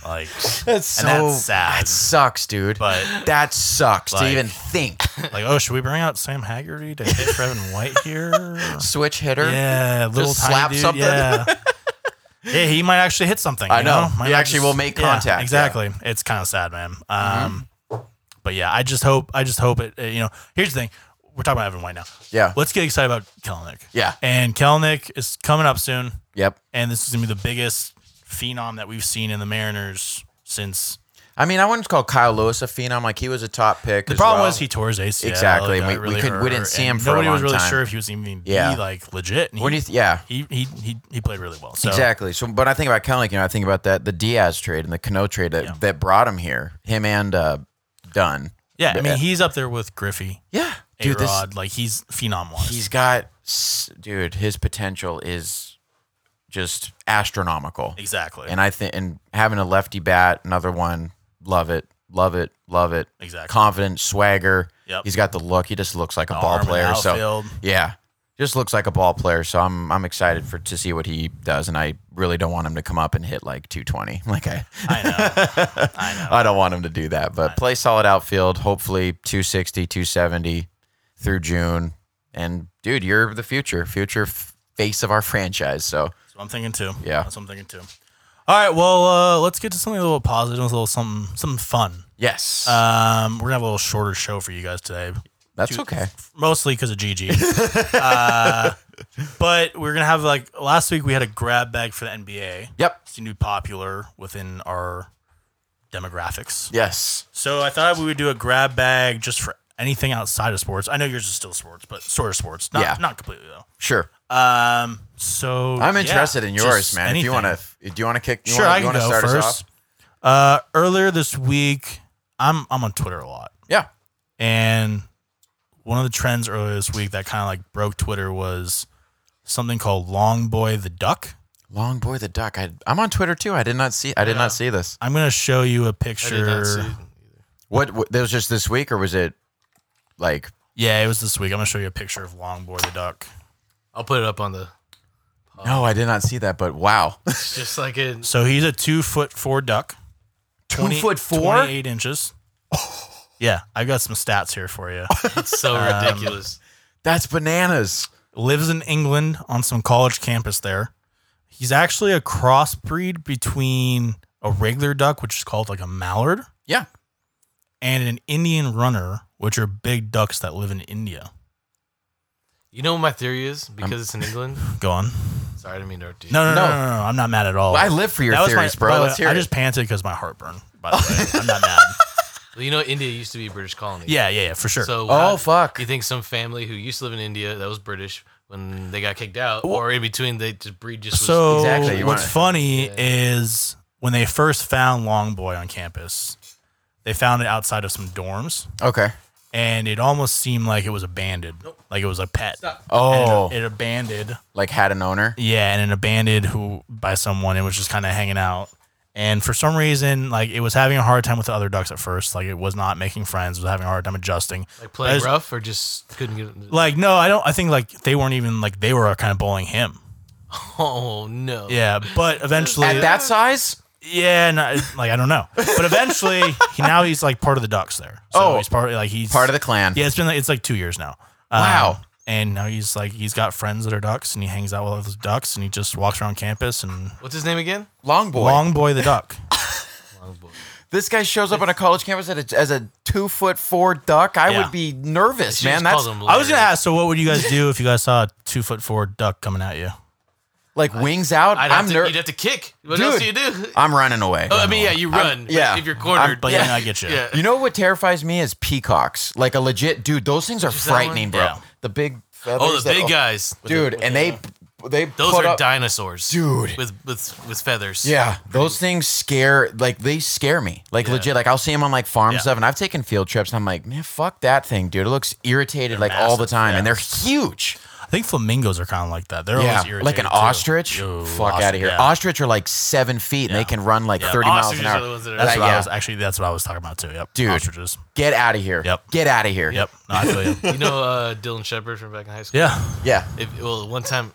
Speaker 2: like,
Speaker 3: That's
Speaker 2: And that's sad.
Speaker 3: That sucks, dude.
Speaker 2: but
Speaker 3: that sucks to
Speaker 2: Like-
Speaker 3: even think.
Speaker 2: like, oh, should we bring out Sam Haggerty to hit for Evan White here?
Speaker 3: Switch hitter.
Speaker 2: Yeah, little tiny
Speaker 3: slap
Speaker 2: dude,
Speaker 3: something.
Speaker 2: Yeah. yeah, he might actually hit something.
Speaker 3: I
Speaker 2: you
Speaker 3: know.
Speaker 2: know? Might
Speaker 3: He
Speaker 2: not
Speaker 3: actually will make
Speaker 2: yeah,
Speaker 3: contact, Mm-hmm.
Speaker 2: exactly. It's kind of sad, man. Um, but yeah, I just hope. I just hope it. uh, You know, here's the thing. We're talking about Evan White now.
Speaker 3: Yeah.
Speaker 2: Let's get excited about Kelnick.
Speaker 3: Yeah.
Speaker 2: And Kelnick is coming up soon,
Speaker 3: Yep.
Speaker 2: and this is gonna be the biggest phenom that we've seen in the Mariners since.
Speaker 3: I mean, I wouldn't call Kyle Lewis a phenom. Like he was a top pick.
Speaker 2: The problem was he tore his ACL.
Speaker 3: Exactly,
Speaker 2: It
Speaker 3: and we-
Speaker 2: got
Speaker 3: we couldn't- we
Speaker 2: hurt,
Speaker 3: didn't see
Speaker 2: and
Speaker 3: him for a
Speaker 2: Nobody was
Speaker 3: long
Speaker 2: really
Speaker 3: time.
Speaker 2: sure if he was even be
Speaker 3: Yeah.
Speaker 2: like legit. And
Speaker 3: What do
Speaker 2: he,
Speaker 3: you? Th- yeah.
Speaker 2: he, he he he played really well. So
Speaker 3: Exactly. So, but I think about Kelnick, you know, I think about that the Diaz trade and the Cano trade that, that brought him here, him and uh, Dunn.
Speaker 2: Yeah, I
Speaker 3: Yeah.
Speaker 2: mean he's up there with Griffey,
Speaker 3: Yeah,
Speaker 2: A
Speaker 3: dude, this
Speaker 2: Rod. Like he's phenom wise.
Speaker 3: he's got, s- dude, his potential is just astronomical.
Speaker 2: exactly.
Speaker 3: And I think, and having a lefty bat, another one, love it, love it, love it.
Speaker 2: Exactly.
Speaker 3: Confident swagger.
Speaker 2: Yep.
Speaker 3: He's got the look. He just looks like a
Speaker 2: The
Speaker 3: ball
Speaker 2: arm in the
Speaker 3: player. So
Speaker 2: outfield.
Speaker 3: yeah, just looks like a ball player. So I'm I'm excited for to see what he does, and I really don't want him to come up and hit like 220. Like I.
Speaker 2: I know. I know.
Speaker 3: I don't want him to do that, but play solid outfield, hopefully 260, 270 through June. And dude, you're the future, future f- face of our franchise. So
Speaker 2: That's what I'm thinking too.
Speaker 3: Yeah.
Speaker 2: That's what I'm thinking too. All right, well, uh, let's get to something a little positive, a little something, something fun.
Speaker 3: yes,
Speaker 2: Um, we're gonna have a little shorter show for you guys today,
Speaker 3: that's
Speaker 2: dude,
Speaker 3: okay.
Speaker 2: mostly because of Gigi. uh, but we're gonna have like last week we had a grab bag for the NBA.
Speaker 3: Yep.
Speaker 2: It seemed to be popular within our demographics.
Speaker 3: Yes.
Speaker 2: So I thought we would do a grab bag just for anything outside of sports. I know yours is still sports, but sort of sports. Not,
Speaker 3: Yeah.
Speaker 2: not completely though.
Speaker 3: Sure.
Speaker 2: Um, so
Speaker 3: I'm
Speaker 2: yeah,
Speaker 3: interested in yours,
Speaker 2: just
Speaker 3: man. If you
Speaker 2: anything.
Speaker 3: want to, do you want to kick? You
Speaker 2: sure,
Speaker 3: wanna,
Speaker 2: I
Speaker 3: you
Speaker 2: can
Speaker 3: wanna
Speaker 2: go
Speaker 3: start us
Speaker 2: first. Uh, earlier this week, I'm I'm on Twitter a lot,
Speaker 3: Yeah.
Speaker 2: and one of the trends earlier this week that kind of like broke Twitter was something called Long Boy the Duck.
Speaker 3: Long boy the duck. I, I'm on Twitter too. I did not see. I did not see this.
Speaker 2: I'm gonna show you a
Speaker 1: I did not see
Speaker 2: picture.
Speaker 1: it.
Speaker 3: What, what? That was just this week, or was it like?
Speaker 2: Yeah, it was this week. I'm gonna show you a picture of Long Boy the Duck.
Speaker 1: I'll put it up on the
Speaker 3: No, I did not see that. But wow,
Speaker 1: it's just like it.
Speaker 2: So he's a two foot four duck.
Speaker 3: two
Speaker 2: 20
Speaker 3: foot four.
Speaker 2: 28 inches. yeah, I got some stats here for you.
Speaker 1: It's
Speaker 3: Um,
Speaker 1: so ridiculous.
Speaker 3: That's bananas.
Speaker 2: Lives in England on some college campus there. He's actually a crossbreed between a regular duck, which is called like a mallard,
Speaker 3: Yeah.
Speaker 2: and an Indian runner, which are big ducks that live in India.
Speaker 1: You know what my theory is? Because it's in England.
Speaker 2: Go on.
Speaker 1: Sorry, I didn't mean to interrupt you.
Speaker 2: No, no, no,
Speaker 3: No.
Speaker 2: no, no, no, I'm not mad at all.
Speaker 3: I live for your
Speaker 2: Oh. That was my-
Speaker 3: theories, bro.
Speaker 2: by the
Speaker 3: Let's
Speaker 2: way,
Speaker 3: hear
Speaker 2: I
Speaker 3: it.
Speaker 2: just panted because my heart burned, by the way. I'm not mad.
Speaker 1: Well, you know, India used to be a British colony.
Speaker 2: Yeah, yeah, yeah, for sure.
Speaker 1: So
Speaker 3: oh
Speaker 1: how-
Speaker 3: fuck.
Speaker 1: You think some family who used to live in India that was British when they got kicked out, or in between they just breed just was
Speaker 2: So
Speaker 3: Exactly, you
Speaker 2: what's
Speaker 3: wanna-
Speaker 2: funny
Speaker 1: Yeah.
Speaker 2: is when they first found Long Boy on campus, they found it outside of some dorms,
Speaker 3: Okay.
Speaker 2: and it almost seemed like it was abandoned, like it was a pet.
Speaker 1: Stop.
Speaker 2: And
Speaker 3: Oh,
Speaker 2: uh, It, it abandoned,
Speaker 3: like had an owner.
Speaker 2: yeah, and it abandoned who by someone. It was just kind of hanging out, and for some reason, like it was having a hard time with the other ducks at first. Like it was not making friends, was having a hard time adjusting.
Speaker 1: like playing
Speaker 2: As-
Speaker 1: rough or just couldn't get.
Speaker 2: Like no, I don't. I think like they weren't even like they were kind of bullying him.
Speaker 1: oh no.
Speaker 2: Yeah, but eventually
Speaker 3: At that size.
Speaker 2: Yeah, no, it- like I don't know, but eventually he, now he's like part of the Ducks there. So
Speaker 3: Oh.
Speaker 2: he's part like he's
Speaker 3: Part of the clan.
Speaker 2: yeah. It's been like it's like two years now. Um,
Speaker 3: Wow.
Speaker 2: and now he's like he's got friends that are Ducks, and he hangs out with all those Ducks, and he just walks around campus and
Speaker 1: What's his name again?
Speaker 3: Long boy.
Speaker 2: Long Boy the Duck.
Speaker 3: This guy shows up on a college campus at a, as a two foot four duck. I
Speaker 2: Yeah.
Speaker 3: would be nervous,
Speaker 1: She
Speaker 3: man.
Speaker 1: just
Speaker 3: That's
Speaker 1: called him
Speaker 2: I was gonna
Speaker 1: Larry.
Speaker 2: ask, so what would you guys do if you guys saw a two foot four duck coming at you?
Speaker 3: like wings out.
Speaker 1: I'd have
Speaker 3: I'm
Speaker 1: to,
Speaker 3: ner-
Speaker 1: you'd have to kick. What
Speaker 3: Dude.
Speaker 1: else do you do?
Speaker 3: I'm running away.
Speaker 1: Oh, I mean, yeah, you run. but
Speaker 3: yeah.
Speaker 1: if you're cornered.
Speaker 2: But yeah,
Speaker 3: Yeah.
Speaker 2: I get you.
Speaker 1: yeah.
Speaker 3: You know what terrifies me is peacocks. Like a legit dude. Those things are
Speaker 1: that one?
Speaker 3: frightening, bro.
Speaker 2: Yeah.
Speaker 3: The big. feathers
Speaker 1: Oh, the
Speaker 3: that-
Speaker 1: big guys,
Speaker 3: dude. And they they
Speaker 1: Those
Speaker 3: put
Speaker 1: are
Speaker 3: up-
Speaker 1: dinosaurs,
Speaker 3: Dude.
Speaker 1: with with with feathers.
Speaker 3: Yeah, those things scare. Like they scare me. Like legit. Like I'll see them on like farm
Speaker 2: Yeah.
Speaker 3: stuff, and I've taken field trips, and I'm like, man, fuck that thing, dude. It looks irritated like all the
Speaker 2: massive,
Speaker 3: time, and
Speaker 2: yeah.
Speaker 3: they're huge.
Speaker 2: I think flamingos are kind of like that. They're always
Speaker 3: Yeah,
Speaker 2: irritating
Speaker 3: like an
Speaker 2: too.
Speaker 3: ostrich.
Speaker 2: Yo,
Speaker 3: Fuck
Speaker 2: ostr-
Speaker 3: out of here.
Speaker 2: yeah.
Speaker 3: Ostrich are like seven feet and they can run like thirty miles an
Speaker 1: Ostriches are
Speaker 3: hour.
Speaker 1: the ones that are-
Speaker 2: That's
Speaker 3: Like,
Speaker 2: what I
Speaker 3: yeah.
Speaker 2: was actually. That's what I was talking about too. Yep,
Speaker 3: Dude.
Speaker 2: ostriches.
Speaker 3: Get out of here.
Speaker 2: Yep.
Speaker 3: Get out of here.
Speaker 2: Yep, no, I feel you.
Speaker 1: You know uh, Dylan Shepard from back in high school.
Speaker 2: Yeah,
Speaker 3: Yeah.
Speaker 1: If, well, one time,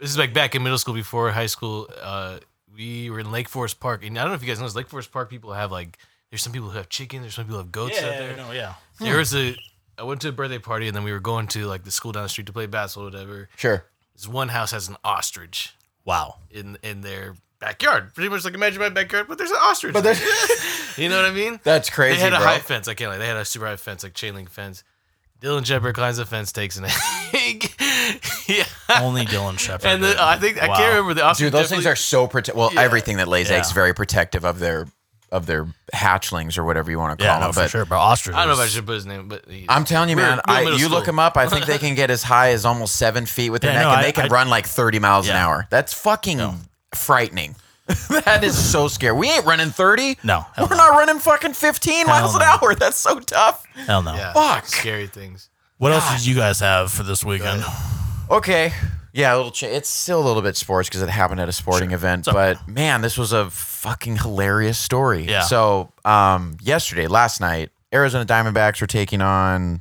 Speaker 1: this is like back in middle school before high school. Uh, we were in Lake Forest Park, and I don't know if you guys know this. Lake Forest Park people have like, there's some people who have chicken, there's some people who have goats out there.
Speaker 2: no, yeah.
Speaker 1: There was a, I went to a birthday party, and then we were going to like the school down the street to play basketball, or whatever.
Speaker 3: Sure.
Speaker 1: This one house has an ostrich
Speaker 2: Wow.
Speaker 1: in in their backyard, pretty much like imagine my backyard, but there's an ostrich. But you know what I mean?
Speaker 3: That's crazy.
Speaker 1: They had a
Speaker 3: bro.
Speaker 1: high fence. I can't lie. They had a super high fence, like chain link fence. Dylan Shepard climbs the fence, takes an egg. yeah.
Speaker 2: Only Dylan Shepard.
Speaker 1: And the,
Speaker 2: did.
Speaker 1: I think I
Speaker 2: Wow.
Speaker 1: can't remember the ostrich.
Speaker 3: Dude, those things
Speaker 1: definitely-
Speaker 3: are so protective. Well,
Speaker 1: Yeah.
Speaker 3: everything that lays
Speaker 2: Yeah.
Speaker 3: eggs is very protective of their of their hatchlings or whatever you want to call
Speaker 2: Yeah,
Speaker 3: them.
Speaker 2: no, for
Speaker 3: but
Speaker 2: sure, bro. Ostrich.
Speaker 1: I don't know if I should put his name, but he,
Speaker 3: I'm telling you,
Speaker 1: We're-
Speaker 3: man,
Speaker 1: we're
Speaker 3: I,
Speaker 1: middle
Speaker 3: you look
Speaker 1: school.
Speaker 3: them up. I think they can get as high as almost seven feet with their
Speaker 2: Yeah,
Speaker 3: neck,
Speaker 2: no,
Speaker 3: and
Speaker 2: I-
Speaker 3: they can
Speaker 2: I-
Speaker 3: run like 30 miles an
Speaker 2: Yeah.
Speaker 3: hour. That's fucking frightening. that is so scary. We ain't running 30.
Speaker 2: No, hell
Speaker 3: We're
Speaker 2: no.
Speaker 3: not running fucking 15
Speaker 2: Hell
Speaker 3: miles
Speaker 2: no.
Speaker 3: an hour. That's so tough.
Speaker 2: Hell no.
Speaker 1: yeah,
Speaker 3: Fuck.
Speaker 1: scary things.
Speaker 2: What else did you guys have for this weekend?
Speaker 3: Okay. Yeah, a little cha- it's still a little bit sports because it happened at a sporting event, but man, this was a fucking hilarious story.
Speaker 2: Yeah.
Speaker 3: So, um, yesterday, last night, Arizona Diamondbacks were taking on.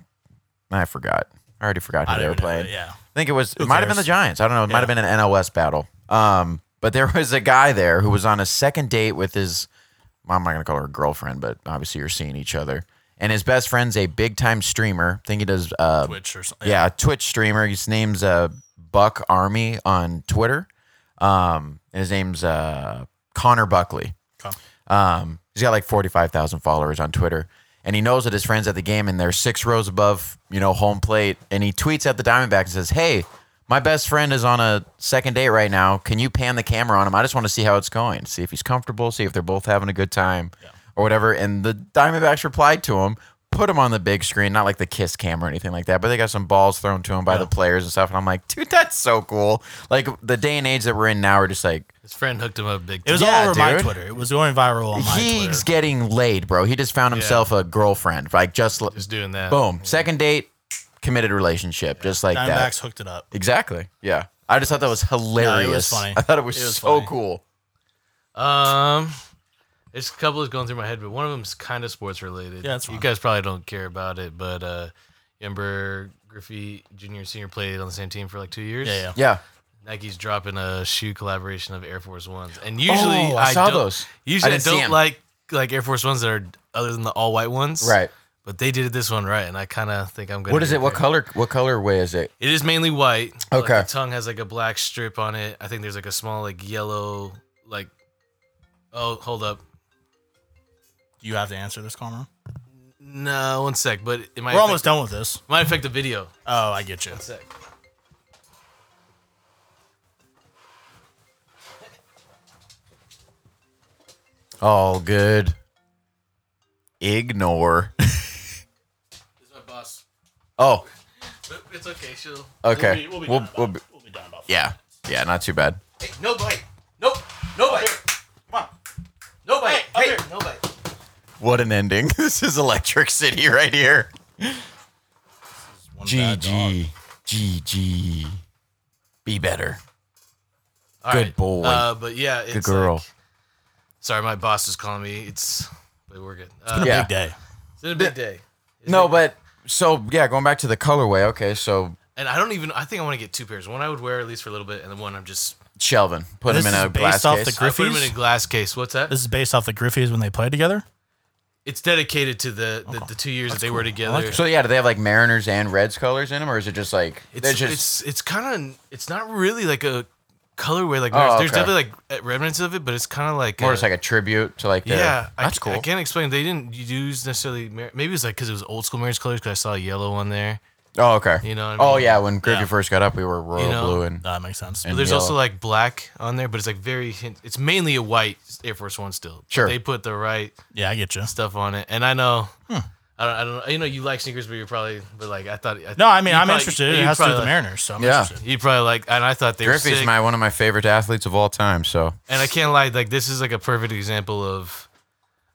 Speaker 3: I forgot. I already forgot who
Speaker 2: I
Speaker 3: they
Speaker 2: don't
Speaker 3: were
Speaker 2: even know,
Speaker 3: playing.
Speaker 2: but Yeah.
Speaker 3: I think it was. it might have been the
Speaker 2: cares?
Speaker 3: Giants. I don't know. It might have been an NLS battle. Um, but there was a guy there who was on a second date with his. I'm not gonna call her girlfriend, but obviously you're seeing each other. And his best friend's a big time streamer. I think he does uh,
Speaker 2: Twitch or something.
Speaker 3: yeah, a Twitch streamer. His name's uh, Buck Army on Twitter. Um, and his name's uh, Connor Buckley.
Speaker 2: Okay.
Speaker 3: Um, he's got like 45,000 followers on Twitter. And he knows that his friend's at the game and they're six rows above, you know, home plate. And he tweets at the Diamondbacks and says, Hey, my best friend is on a second date right now. Can you pan the camera on him? I just want to see how it's going, see if he's comfortable, see if they're both having a good time or whatever. And the Diamondbacks replied to him, put him on the big screen, not like the kiss camera or anything like that, but they got some balls thrown to him by the players and stuff. And I'm like, dude, that's so cool. Like the day and age that we're in now, we're just like,
Speaker 1: His friend hooked him up big.
Speaker 2: It was
Speaker 1: time.
Speaker 3: Yeah,
Speaker 2: all over my
Speaker 3: dude.
Speaker 2: Twitter. It was going viral on my
Speaker 3: he's
Speaker 2: Twitter.
Speaker 3: getting laid, bro. He just found himself a girlfriend, like just, l-
Speaker 1: just doing that.
Speaker 3: boom, second date, committed relationship, just like that.
Speaker 2: Diamondbacks hooked it up.
Speaker 3: Exactly. Yeah. I just thought that was hilarious.
Speaker 2: funny.
Speaker 3: I thought it was,
Speaker 2: It was
Speaker 3: so
Speaker 2: funny.
Speaker 3: cool.
Speaker 1: Um, there's a couple that's going through my head, but one of them's kind of sports related.
Speaker 2: Yeah, that's
Speaker 1: you
Speaker 2: fine.
Speaker 1: guys probably don't care about it, but uh, Ember Griffey Junior and Senior played on the same team for like two years.
Speaker 2: Yeah, yeah.
Speaker 3: Yeah.
Speaker 1: Nike's dropping a shoe collaboration of Air Force Ones, and usually
Speaker 3: Oh, I saw
Speaker 1: don't-
Speaker 3: those.
Speaker 1: Usually I,
Speaker 3: didn't see
Speaker 1: don't
Speaker 3: 'em.
Speaker 1: like like Air Force Ones that are other than the all white ones,
Speaker 3: Right.
Speaker 1: But they did this one right, and I kind of think I'm gonna.
Speaker 3: What is
Speaker 1: get
Speaker 3: it? What
Speaker 1: there.
Speaker 3: color? What color way is it?
Speaker 1: It is mainly white. but, like,
Speaker 3: Okay.
Speaker 1: the tongue has like a black strip on it. I think there's like a small like yellow like. Oh, hold up.
Speaker 2: Do you have to answer this, Karma?
Speaker 1: No, one sec. But it might
Speaker 2: We're
Speaker 1: affect-
Speaker 2: almost done with this.
Speaker 1: might affect the video.
Speaker 2: Oh, I get you.
Speaker 1: One sec.
Speaker 3: All good. Ignore.
Speaker 1: This is my boss.
Speaker 3: Oh,
Speaker 1: But It's okay. She'll.
Speaker 3: okay.
Speaker 2: We'll be,
Speaker 3: We'll-
Speaker 2: done
Speaker 3: we'll
Speaker 2: about-
Speaker 3: be-
Speaker 2: we'll be done about
Speaker 3: yeah. Yeah, not too bad.
Speaker 1: Hey, no bite. Nope. No bite.
Speaker 2: Come on.
Speaker 1: No bite.
Speaker 2: up
Speaker 1: Hey,
Speaker 2: here.
Speaker 1: no bite.
Speaker 3: What an ending. this is Electric City right here.
Speaker 2: One bad dog.
Speaker 3: GG. GG. Be better.
Speaker 1: All
Speaker 3: Good boy.
Speaker 1: Uh, but yeah, it's
Speaker 3: Good girl.
Speaker 1: like- sorry, my boss is calling me. It's. But we're good. Uh,
Speaker 2: Been a
Speaker 3: Yeah.
Speaker 2: big day.
Speaker 1: It's been a big day. It's
Speaker 3: no,
Speaker 1: been-
Speaker 3: but so yeah, going back to the colorway. Okay, so
Speaker 1: And I don't even. I think I want to get two pairs. One I would wear at least for a little bit, and then one I'm just.
Speaker 3: Shelvin, put
Speaker 2: This
Speaker 3: him in
Speaker 2: is
Speaker 3: a
Speaker 2: based
Speaker 3: glass
Speaker 2: off
Speaker 3: case.
Speaker 2: the
Speaker 1: I put them in
Speaker 2: Griffey's?
Speaker 1: a glass case. What's that?
Speaker 2: This is based off the Griffies when they played together.
Speaker 1: It's dedicated to the the, the two years that they were together.
Speaker 3: so yeah, do they have like Mariners and Reds colors in them, or is it just like
Speaker 1: It's
Speaker 3: they're just
Speaker 1: it's it's kind of it's not really like a colorway like
Speaker 3: Oh,
Speaker 1: there's, there's
Speaker 3: okay.
Speaker 1: definitely like eh, remnants of it, but it's kind of like
Speaker 3: more
Speaker 1: a-
Speaker 3: just like a tribute to like their,
Speaker 1: yeah, I,
Speaker 3: that's
Speaker 1: c- I
Speaker 3: cool.
Speaker 1: can't explain. They didn't use necessarily Mar- maybe it's like because it was old school marriage colors because I saw yellow on there.
Speaker 3: Oh okay.
Speaker 1: You know what I
Speaker 3: oh
Speaker 1: mean?
Speaker 3: yeah, when Griffey
Speaker 2: Yeah.
Speaker 3: first got up, we were royal
Speaker 1: You know,
Speaker 3: blue and
Speaker 2: That makes sense.
Speaker 1: But
Speaker 3: And
Speaker 1: there's also
Speaker 3: yellow.
Speaker 1: like black on there, but it's like very hint. It's mainly a white Air Force One still. But
Speaker 3: Sure.
Speaker 1: they put the right
Speaker 2: Yeah, I get you.
Speaker 1: stuff on it, and I know.
Speaker 2: Hmm.
Speaker 1: I don't, I don't. You know, you like sneakers, but you're probably. But like, I thought.
Speaker 2: No, I mean,
Speaker 1: you
Speaker 2: I'm
Speaker 1: probably-
Speaker 2: interested.
Speaker 1: you
Speaker 2: It has to do with the
Speaker 1: probably like-
Speaker 2: Mariners, so I'm
Speaker 3: Yeah.
Speaker 2: interested.
Speaker 1: You probably like, and I thought they were
Speaker 3: Griffey's
Speaker 1: sick.
Speaker 3: my one of my favorite athletes of all time. So
Speaker 1: And I can't lie, like this is like a perfect example of,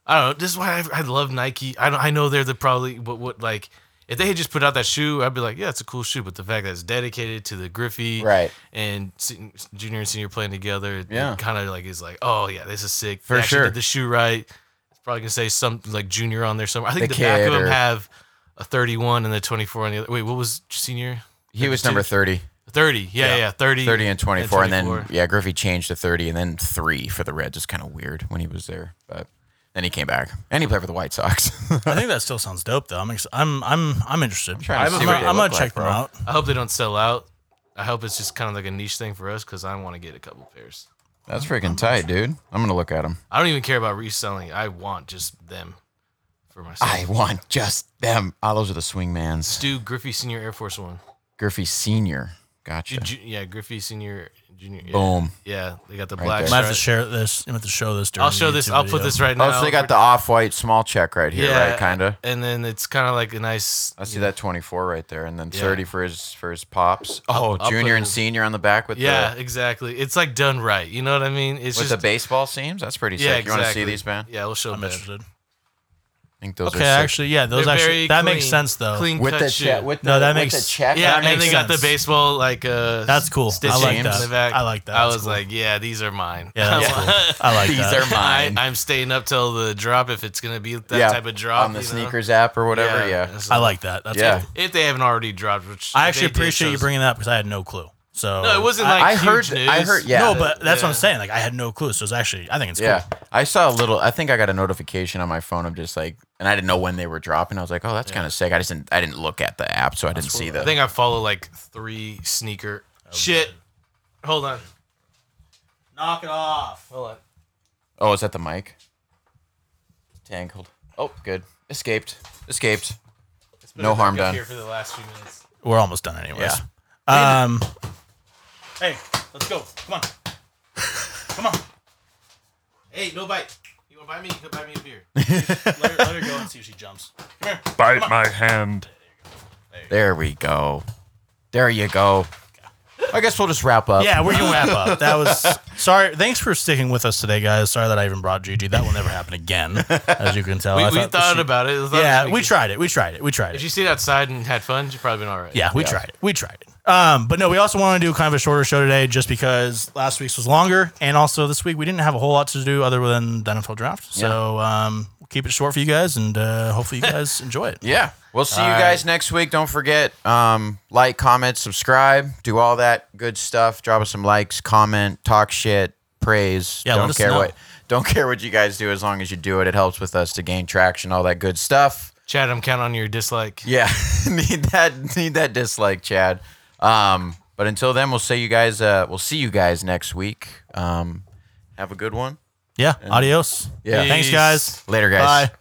Speaker 1: I don't know. This is why I, I love Nike. I don't, I know they're the probably what what like if they had just put out that shoe, I'd be like, yeah, it's a cool shoe. But the fact that it's dedicated to the Griffey,
Speaker 3: Right.
Speaker 1: and sen- junior and senior playing together,
Speaker 3: Yeah.
Speaker 1: kind of like is like, oh yeah, this is sick.
Speaker 3: For
Speaker 1: they actually
Speaker 3: sure.
Speaker 1: did the shoe right. It's probably gonna say something like junior on there somewhere. I think
Speaker 3: The
Speaker 1: the, back of
Speaker 3: kid
Speaker 1: them
Speaker 3: or-
Speaker 1: have a 31 and the 24 on the other. Wait, what was senior?
Speaker 3: he was number 30,
Speaker 1: 30. Yeah, yeah, 30.
Speaker 3: 30 and 24, and, then yeah, Griffey changed to 30 and then three for the Reds. It's kind of weird when he was there, but then he came back and he played for the White Sox.
Speaker 2: I think that still sounds dope, though. I'm ex- I'm I'm I'm interested. I'm,
Speaker 3: trying to see what
Speaker 2: gonna-
Speaker 3: they
Speaker 2: I'm
Speaker 3: look
Speaker 2: gonna
Speaker 3: like,
Speaker 2: check them
Speaker 3: bro.
Speaker 2: out.
Speaker 1: I hope they don't sell out. I hope it's just kind of like a niche thing for us because I want to get a couple pairs.
Speaker 3: That's freaking tight, dude. I'm gonna look at him.
Speaker 1: I don't even care about reselling. I want just them for myself.
Speaker 3: I want just them. Oh, those are the swingmans.
Speaker 1: Stu Griffey Senior Air Force One.
Speaker 3: Griffey Senior. Gotcha.
Speaker 1: Ju- ju- yeah, Griffey Senior Junior. Yeah.
Speaker 3: Boom.
Speaker 1: Yeah, they got the black.
Speaker 3: there.
Speaker 2: I might have to
Speaker 1: stripe.
Speaker 2: share this. I'm gonna have to show this. During
Speaker 1: I'll show
Speaker 2: the
Speaker 1: this.
Speaker 2: YouTube
Speaker 1: I'll put
Speaker 2: video.
Speaker 1: this right now.
Speaker 3: Oh, so they got the off-white small check right here, right? Kind of.
Speaker 1: And then it's kind of like a nice.
Speaker 3: I see that 24 right there, and then
Speaker 1: Yeah.
Speaker 3: 30 for his for his pops. Oh,
Speaker 1: I'll
Speaker 3: junior
Speaker 1: put
Speaker 3: and
Speaker 1: his-
Speaker 3: senior on the back with
Speaker 1: Yeah,
Speaker 3: the
Speaker 1: exactly. It's like done right. You know what I mean? It's
Speaker 3: with
Speaker 1: just
Speaker 3: the baseball seams. That's pretty sick.
Speaker 1: yeah.
Speaker 3: You want to
Speaker 1: exactly.
Speaker 3: see these, man?
Speaker 1: Yeah, we'll show
Speaker 2: I'm
Speaker 1: them.
Speaker 2: interested.
Speaker 3: I think those are
Speaker 2: Okay,
Speaker 3: sick.
Speaker 2: actually, yeah, those
Speaker 1: They're
Speaker 2: actually
Speaker 1: very
Speaker 2: that makes
Speaker 1: clean-
Speaker 2: sense though.
Speaker 1: Clean
Speaker 3: with
Speaker 1: cut
Speaker 3: the
Speaker 1: shoe.
Speaker 3: check, with
Speaker 2: No,
Speaker 3: the,
Speaker 2: that
Speaker 3: with
Speaker 2: makes-
Speaker 3: the check.
Speaker 1: Yeah,
Speaker 3: that
Speaker 1: and
Speaker 3: makes
Speaker 1: they got the
Speaker 2: sense.
Speaker 1: baseball like uh
Speaker 2: That's cool. I
Speaker 1: stitching
Speaker 2: like
Speaker 1: on the
Speaker 2: that.
Speaker 1: back.
Speaker 2: I like that.
Speaker 1: I
Speaker 2: That's
Speaker 1: was
Speaker 2: cool.
Speaker 1: like, yeah, these are mine.
Speaker 2: yeah, that's cool. I like
Speaker 3: These
Speaker 2: that.
Speaker 3: are
Speaker 1: I,
Speaker 3: mine.
Speaker 1: I'm staying up till the drop if it's gonna be that
Speaker 3: yeah,
Speaker 1: type of drop
Speaker 3: on the
Speaker 1: you know?
Speaker 3: sneakers app or whatever. Yeah,
Speaker 1: so-
Speaker 2: I like that. That's
Speaker 3: Yeah.
Speaker 2: cool.
Speaker 1: if they haven't already dropped. Which
Speaker 2: I
Speaker 1: they
Speaker 2: actually
Speaker 1: did,
Speaker 2: appreciate you
Speaker 1: shows-
Speaker 2: bringing that up because I had no clue. So
Speaker 1: No, it wasn't like
Speaker 3: I
Speaker 1: huge
Speaker 3: heard-
Speaker 1: News.
Speaker 3: I heard- yeah.
Speaker 2: no, but that's what I'm
Speaker 1: Yeah.
Speaker 2: saying. Like I had no clue. So it's actually I think it's
Speaker 3: yeah.
Speaker 2: cool.
Speaker 3: I saw a little. I think I got a notification on my phone of just like, and I didn't know when they were dropping. I was like, oh, that's kind of sick. I just didn't. I didn't look at the app, so I didn't see
Speaker 1: I
Speaker 3: the.
Speaker 1: think I follow like three sneaker.
Speaker 2: Oh,
Speaker 1: Shit. Hold on.
Speaker 2: Knock it off.
Speaker 1: Hold on.
Speaker 3: Oh, is that the mic? Tangled. Oh, good. Escaped. Escaped.
Speaker 1: It's been
Speaker 3: No
Speaker 1: a
Speaker 3: harm
Speaker 1: backup
Speaker 3: done.
Speaker 1: Here for the last few minutes.
Speaker 2: We're almost done anyways. Um Hey, let's go. Come on. Come on.
Speaker 1: Hey, no bite. You go buy me, go buy me a beer. let, her, let her go and see if she jumps.
Speaker 4: Bite my hand.
Speaker 3: There we go. There you go. I guess we'll just wrap up.
Speaker 2: Yeah, we're gonna wrap up. That was sorry. Thanks for sticking with us today, guys. Sorry that I even brought Gigi. That will never happen again, as you can tell.
Speaker 1: We,
Speaker 2: I
Speaker 1: we thought,
Speaker 2: that she-
Speaker 1: about it. We thought
Speaker 2: Yeah,
Speaker 1: she-
Speaker 2: we tried it. We tried it. We tried
Speaker 1: If
Speaker 2: it.
Speaker 1: you stayed outside and had fun, you've probably been all right.
Speaker 2: Yeah, we tried it. We tried it. Um, but no, we also want to do kind of a shorter show today, just because last week's was longer, and also this week we didn't have a whole lot to do other than the NFL draft. So um, we'll keep it short for you guys, and uh, hopefully you guys enjoy it.
Speaker 3: Yeah. We'll see you guys next week. Don't forget, um, like, comment, subscribe, do all that good stuff. Drop us some likes, comment, talk shit, praise.
Speaker 2: Yeah, let
Speaker 3: don't
Speaker 2: us
Speaker 3: care
Speaker 2: know.
Speaker 3: what don't care what you guys do as long as you do it. It helps with us to gain traction, all that good stuff.
Speaker 1: Chad, I'm counting on your dislike.
Speaker 3: Yeah. need that need that dislike, Chad. Um, but until then, we'll see you guys uh, we'll see you guys next week. Um, have a good one.
Speaker 2: Yeah, adios.
Speaker 3: Yeah.
Speaker 2: thanks,
Speaker 1: Peace.
Speaker 2: guys.
Speaker 3: Later, guys.
Speaker 2: Bye.